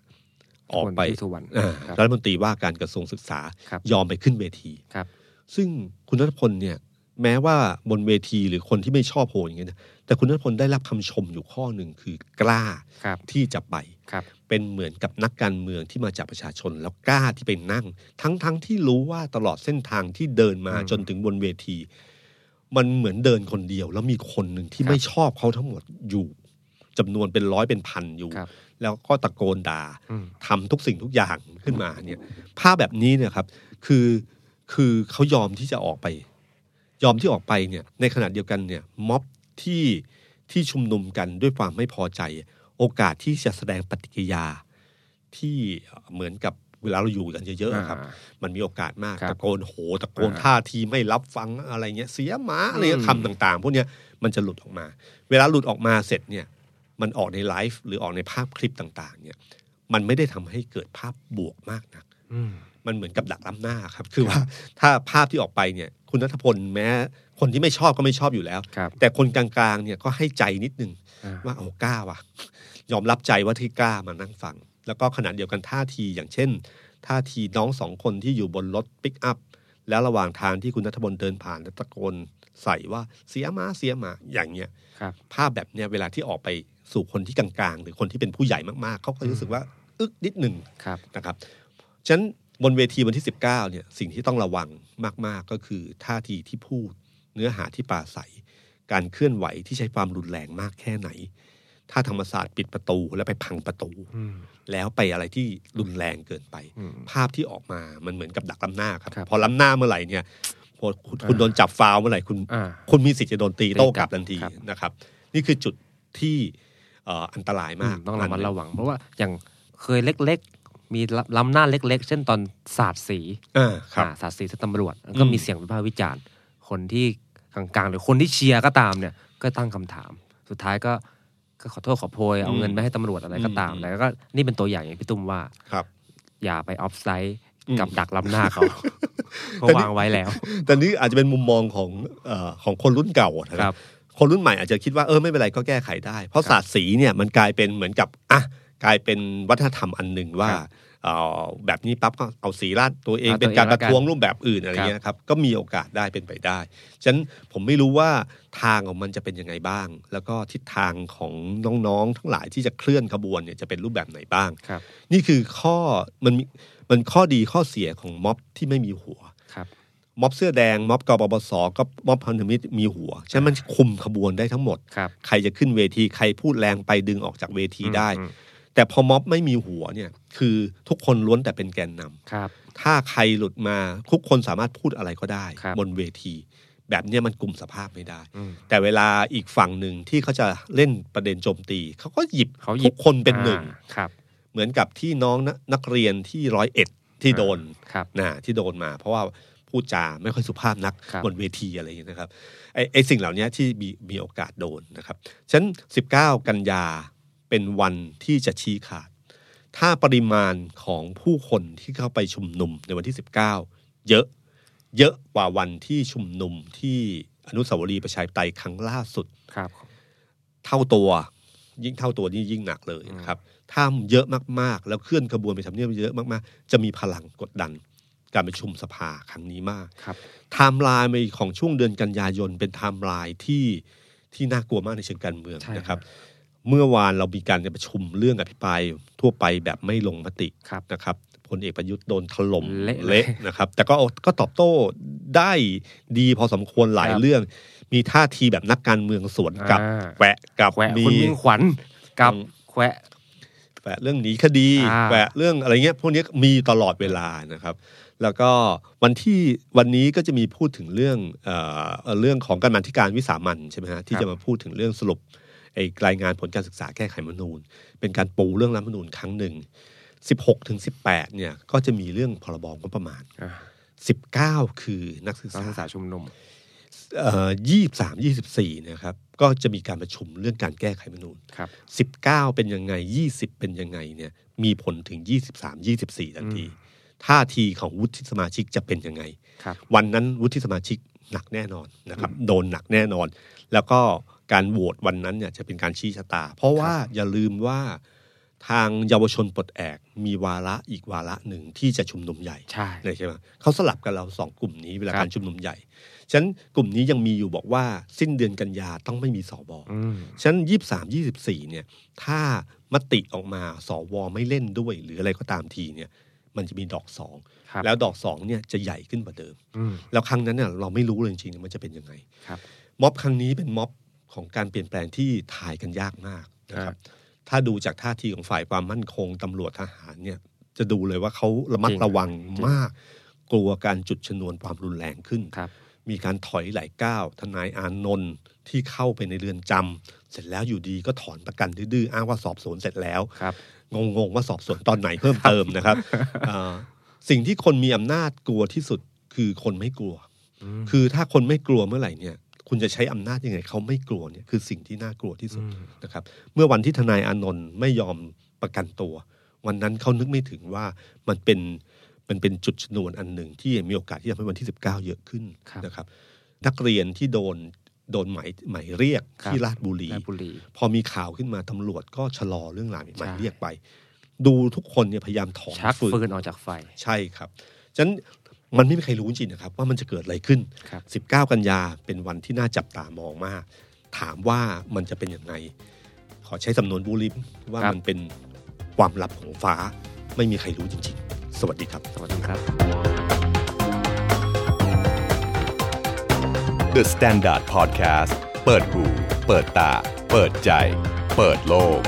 Speaker 2: ออกไป
Speaker 3: คุณสุวรรณ
Speaker 2: อ่า
Speaker 3: ครับ
Speaker 2: รัฐมนตรีว่าการกระทรวงศึกษา
Speaker 3: ครับ
Speaker 2: ยอมไปขึ้นเวที
Speaker 3: ครับ
Speaker 2: ซึ่งคุณนัทพลเนี่ยแม้ว่าบนเวทีหรือคนที่ไม่ชอบโหอย่างเงี้ยนะแต่คุณนัทพลได้รับคำชมอยู่ข้อหนึ่งคือกล้า
Speaker 3: ครับ
Speaker 2: ที่จะไป
Speaker 3: ครับ
Speaker 2: เป็นเหมือนกับนักการเมืองที่มาจากประชาชนแล้วกล้าที่ไปนั่ง ทั้งๆทที่รู้ว่าตลอดเส้นทางที่เดินมา
Speaker 3: อืม
Speaker 2: จนถึงบนเวที มันเหมือนเดินคนเดียว แล้วมีคนหนึ่งที่
Speaker 3: ครับ
Speaker 2: ไม่ชอบเขาทั้งหมดอยู่จำนวนเป็นร้อยเป็นพันอยู่
Speaker 3: ครับ
Speaker 2: แล้วก็ตะโกนด่า
Speaker 3: อืม
Speaker 2: ทำทุกสิ่งทุกอย่างขึ้นมาเนี่ยภาพแบบนี้เนี่ยครับคือคือเขายอมที่จะออกไป ยอมที่ออกไปเนี่ยในขณะเดียวกันเนี่ยม็อบที่ที่ชุมนุมกันด้วยความไม่พอใจ โอกาสที่จะแสดงปฏิกิริยาที่เหมือนกับเวลาเราอยู่กันเยอะๆครับ มันมีโอกาสมาก
Speaker 3: ครับ
Speaker 2: ตะโกนโหตะโกน
Speaker 3: อ่า
Speaker 2: ท่าทีไม่รับฟังอะไรเงี้ยเสียหมาอะไรเงี้ย
Speaker 3: อืม
Speaker 2: คำต่างๆ พวกเนี้ยมันจะหลุดออกมา เวลาหลุดออกมาเสร็จเนี่ย มันออกในไลฟ์หรือออกในภาพคลิปต่าง ๆ เนี่ย มันไม่ได้ทำให้เกิดภาพบวกมากนัก
Speaker 3: อืม
Speaker 2: มันเหมือนกับดักล้ำหน้าครับ คือว่าถ้าภาพที่ออกไปเนี่ย คุณนัทพลแม้ คนที่ไม่ชอบก็ไม่ชอบอยู่แล้ว
Speaker 3: ครับ
Speaker 2: แต่คนกลางๆเนี่ยก็ให้ใจนิดนึง
Speaker 3: อ่า
Speaker 2: ว่าโอ้กล้าว่ะ [LAUGHS] ยอมรับใจว่าที่กล้ามานั่งฟัง แล้วก็ขณะเดียวกันท่าทีอย่างเช่น ท่าทีน้องสองคนที่อยู่บนรถปิกอัพ แล้วระหว่างทางที่คุณนัทบลเดินผ่านแล้วตะโกนใส่ว่าเสียมาเสียมาอย่างเงี้ย
Speaker 3: ครับ
Speaker 2: ภาพแบบเนี้ยเวลาที่ออกไปสู่คนที่กลางๆ หรือคนที่เป็นผู้ใหญ่มากๆ เขาก็รู้สึกว่าอึกนิดหนึ่ง
Speaker 3: ครับ
Speaker 2: นะครับ ฉะนั้นบนเวทีวันที่ 19เนี่ยสิ่งที่ต้องระวังมากๆ ก็คือท่าทีที่พูด เนื้อหาที่ปราศัย การเคลื่อนไหวที่ใช้ความรุนแรงมากแค่ไหน ถ้าธรรมศาสตร์ปิดประตูแล้วไปพังประตู
Speaker 3: อืม
Speaker 2: แล้วไปอะไรที่รุนแรงเกินไป
Speaker 3: อืม
Speaker 2: ภาพที่ออกมามันเหมือนกับดักล้ำหน้าครับ
Speaker 3: ครับ
Speaker 2: พอล้ำหน้าเมื่อไหร่เนี่ยพอคุณคุณโดนจับฟาวเมื่อไหร่คุณ
Speaker 3: อ่า
Speaker 2: คุณมีสิทธิ์จะโดนตีโต้กลับ
Speaker 3: ตีกลับ
Speaker 2: ทันที
Speaker 3: ครับ
Speaker 2: นะครับ นี่คือจุดที่เอ่ออันตรายมาก
Speaker 3: อืมต้องระมัดระวัง เพราะว่าอย่างเคยเล็กๆ มีล้ำหน้าเล็ก ๆ เช่นตอนศาสตร์สี
Speaker 2: อ่าครับ
Speaker 3: อ่าศาสตร์สีสตำรวจแล้วก็มีเสียงวิพากษ์วิจารณ์ คนที่กลางๆ หรือคนที่เชียร์ก็ตามเนี่ย ก็ตั้งคำถาม สุดท้ายก็ก็ขอโทษขอโพย เอาเงินไปให้ตำรวจอะไรก็ตาม
Speaker 2: อืม
Speaker 3: แล้วก็นี่เป็นตัวอย่างอย่างพี่ตุ้มว่า
Speaker 2: ครับ
Speaker 3: อย่าไปออฟไซด์
Speaker 2: อืม
Speaker 3: กับดักล้ำหน้า
Speaker 2: [LAUGHS]
Speaker 3: เขาเขาวางไว้แล้ว
Speaker 2: แต่นี่อาจจะเป็นมุมมองของเออของคนรุ่นเก่าอะนะค
Speaker 3: ครั
Speaker 2: รับบ คนรุ่นใหม่อาจจะคิดว่าเออไม่เป็นไรก็แก้ไขได้ เพราะศาสตร์สีเนี่ยมันกลายเป็นเหมือนกับอ่ะกลายเป็นวัฒนธรรมอันหนึ่งว่า
Speaker 3: ครับ
Speaker 2: เอ่อแบบนี้ปั๊บก็เอาสีราดตัวเอง
Speaker 3: เอาตัว
Speaker 2: เป็นการ
Speaker 3: เอง
Speaker 2: ป
Speaker 3: ละ
Speaker 2: ระ
Speaker 3: กัน
Speaker 2: ท้วงรูปแบบอื่นอะไร
Speaker 3: ครับ
Speaker 2: เงี้ยครับก็มีโอกาสได้เป็นไปได้ ฉะนั้นผมไม่รู้ว่าทางของมันจะเป็นยังไงบ้าง แล้วก็ทิศทางของน้องๆทั้งหลายที่จะเคลื่อนขบวนเนี่ยจะเป็นรูปแบบไหนบ้าง
Speaker 3: ครับ
Speaker 2: นี่คือข้อมันมีมันข้อดีข้อเสียของม็อบที่ไม่มีหัว
Speaker 3: ครับ
Speaker 2: ม็อบเสื้อแดง ม็อบกปปสก็ม็อบพันธมิตรมีหัว ฉะนั้นมันคุมขบวนได้ทั้งหมด
Speaker 3: ครับ
Speaker 2: ใครจะขึ้นเวทีใครพูดแรงไปดึงออกจากเวทีได้
Speaker 3: อืม
Speaker 2: แต่พอม็อบไม่มีหัวเนี่ยคือทุกคนล้วนแต่เป็นแกนนำ
Speaker 3: ครับ
Speaker 2: ถ้าใครหลุดมาทุกคนสามารถพูดอะไรก็ได้
Speaker 3: ครับ
Speaker 2: บนเวที แบบเนี้ยมันกลุ่มสภาพไม่ได้
Speaker 3: อืม
Speaker 2: แต่เวลาอีกฝั่งหนึ่งที่เขาจะเล่นประเด็นโจมตีเขาก็หยิบ
Speaker 3: เขาหยิบ
Speaker 2: ทุกคนเป็นหนึ่ง
Speaker 3: อ่าครับ
Speaker 2: เหมือนกับที่น้องนะนักเรียนที่ร้อยเอ็ดที่โดน
Speaker 3: ครับ
Speaker 2: นะที่โดนมา เพราะว่าพูดจาไม่ค่อยสุภาพนัก
Speaker 3: ครับ
Speaker 2: บนเวทีอะไรอย่างนี้ยนะครับไอ้ไอ้สิ่งเหล่านี้ที่มีมีโอกาสโดนนะครับฉะนั้น 19 กันยาเป็นวันที่จะชี้ขาด ถ้าปริมาณของผู้คนที่เข้าไปชุมนุมในวันที่ 19 เยอะเยอะกว่าวันที่ชุมนุมที่อนุสาวรีย์ประชาธิปไตยครั้งล่าสุด
Speaker 3: ครับ
Speaker 2: เท่าตัวยิ่งเท่าตัวนี่ยิ่งหนักเลยนะครับถ้าเยอะมาก ๆ แล้วเคลื่อนขบวนไปทำเนียบเยอะมากๆ จะมีพลังกดดัน การประชุมสภาครั้งนี้มาก
Speaker 3: ครับ
Speaker 2: ไทม์ไลน์ของช่วงเดือนกันยายนเป็นไทม์ไลน์ที่ที่น่ากลัวมากในเชิงการเมือง
Speaker 3: ใช่ครับ
Speaker 2: นะครับ เมื่อวานเรามีการประชุมเรื่องอภิปรายทั่วไปแบบไม่ลงมติ
Speaker 3: ครับ
Speaker 2: นะครับพลเอกประยุทธ์โดนถล่ม
Speaker 3: เละ
Speaker 2: เละนะครับ แต่ก็ก็ตอบโต้ได้ดีพอสมควรหลาย
Speaker 3: ครับ
Speaker 2: เรื่อง มีท่าทีแบบนักการเมืองสวนกลับ
Speaker 3: อ่า
Speaker 2: แหวะกลับ
Speaker 3: แขวะ
Speaker 2: มี
Speaker 3: คุณมิ่งขวัญกับแขวะ
Speaker 2: แหวะเรื่องหนีคดี
Speaker 3: อ่า
Speaker 2: แหวะเรื่องอะไรเงี้ยพวกเนี้ยมีตลอดเวลานะครับ แล้วก็วันที่วันนี้ก็จะมีพูดถึงเรื่องเอ่อเอ่อเรื่องของการบันธิการวิสามันใช่ไหมฮะที่จะมาพูดถึงเรื่องสรุปไอ้รายงานผลการศึกษาแก้ไขรัฐธรรมนูญ เป็นการปูเรื่องรัฐธรรมนูญครั้งหนึ่ง16ถึง18เนี่ยก็จะมีเรื่องพรบงบประมาณ
Speaker 3: อ่า
Speaker 2: สิบเก้าคือนักศึก
Speaker 3: นั
Speaker 2: ษา
Speaker 3: กศึกษาชุมนุม
Speaker 2: ยี่สามยี่สิบสี่นะครับ ก็จะมีการประชุมเรื่องการแก้ไขรัฐธรรมนูญ
Speaker 3: ครับ
Speaker 2: สิบเก้าเป็นยังไงยี่สิบเป็นยังไงเนี่ยมีผลถึงยี่สิบสามยี่สิบสี่ทันที ท่าทีของวุฒิสมาชิกจะเป็นยังไง
Speaker 3: ครับ
Speaker 2: วันนั้นวุฒิสมาชิก หนักแน่นอนนะครับ โดนหนักแน่นอน แล้วก็การโหวตวันนั้นเนี่ยจะเป็นการชี้ชะตา เพราะว่าอย่าลืมว่าทางเยาวชนปลดแอกมีวาระอีกวาระหนึ่งที่จะชุมนุมใหญ่
Speaker 3: ใช่
Speaker 2: เลยใช่ไหมเขาสลับกับเราสองกลุ่มนี้เวลา
Speaker 3: ครับ
Speaker 2: การชุมนุมใหญ่ ฉะนั้นกลุ่มนี้ยังมีอยู่บอกว่าสิ้นเดือนกันยาต้องไม่มีสอบอ
Speaker 3: อืม
Speaker 2: ฉะนั้นยี่สามยี่สิบสี่เนี่ย ถ้ามติออกมาสวไม่เล่นด้วย หรืออะไรก็ตามทีเนี่ย มันจะมีดอกสอง
Speaker 3: ครับ
Speaker 2: แล้วดอกสองเนี่ยจะใหญ่ขึ้นกว่าเดิม
Speaker 3: อืม
Speaker 2: แล้วครั้งนั้นเน่ยเราไม่รู้เลยจริงๆมันจะเป็นยังไง
Speaker 3: ครับ
Speaker 2: ม็อบครั้งนี้เป็นม็อบของการเปลี่ยนแปลงที่ถ่ายกันยากมากนะครับ ถ้าดูจากท่าทีของฝ่ายความมั่นคงตำรวจทหารเนี่ยจะดูเลยว่าเขาระมัด
Speaker 3: จริง
Speaker 2: ระวังมาก กลัวการจุดชนวนความรุนแรงขึ้น
Speaker 3: ครับ
Speaker 2: มีการถอยหลายก้าวทนายอานนท์ที่เข้าไปในเรือนจำเสร็จแล้วอยู่ดีก็ถอนประกันดื้อๆอ้างว่าสอบสวนเสร็จแล้ว
Speaker 3: ครับ
Speaker 2: งงๆว่าสอบสวนตอนไหนเพิ่มเติมนะครับ [LAUGHS] เอ่อสิ่งที่คนมีอำนาจกลัวที่สุดคือคนไม่กลัว
Speaker 3: อืม
Speaker 2: คือถ้าคนไม่กลัวเมื่อไหร่เนี่ย คุณจะใช้อำนาจยังไงเขาไม่กลัวเนี่ยคือสิ่งที่น่ากลัวที่สุดนะครับ เมื่อวันที่ทนายอานนท์ไม่ยอมประกันตัว วันนั้นเขานึกไม่ถึงว่ามันเป็นมันเป็นจุดชนวนอันหนึ่งที่มีโอกาสที่จะทำให้วันที่ 19 เยอะขึ้น
Speaker 3: ครับ
Speaker 2: นะครับ นักเรียนที่โดนโดนหมายหมายเรียก
Speaker 3: ครับ
Speaker 2: ที่ราชบุรี
Speaker 3: และบุรี
Speaker 2: พอมีข่าวขึ้นมาตำรวจก็ชะลอเรื่องราวหมาย
Speaker 3: ใช่
Speaker 2: เรียกไป ดูทุกคนเนี่ยพยายามถอน
Speaker 3: ชัก
Speaker 2: ฝืน
Speaker 3: ฟืนออกจากไฟ
Speaker 2: ใช่ครับฉะนั้นมันไม่มีใครรู้จริงๆนะครับ ว่ามันจะเกิดอะไรขึ้น
Speaker 3: ครับ
Speaker 2: 19 กันยาเป็นวันที่น่าจับตามองมาก ถามว่ามันจะเป็นอย่างไร ขอใช้สำนวนบูริมว่ามันเป็นความลับของฟ้า ไม่มีใครรู้จริง ๆ สวัสดีครับ
Speaker 3: สวัสดีครับ
Speaker 1: The Standard Podcast เปิดหูเปิดตา เปิดใจ เปิดโลก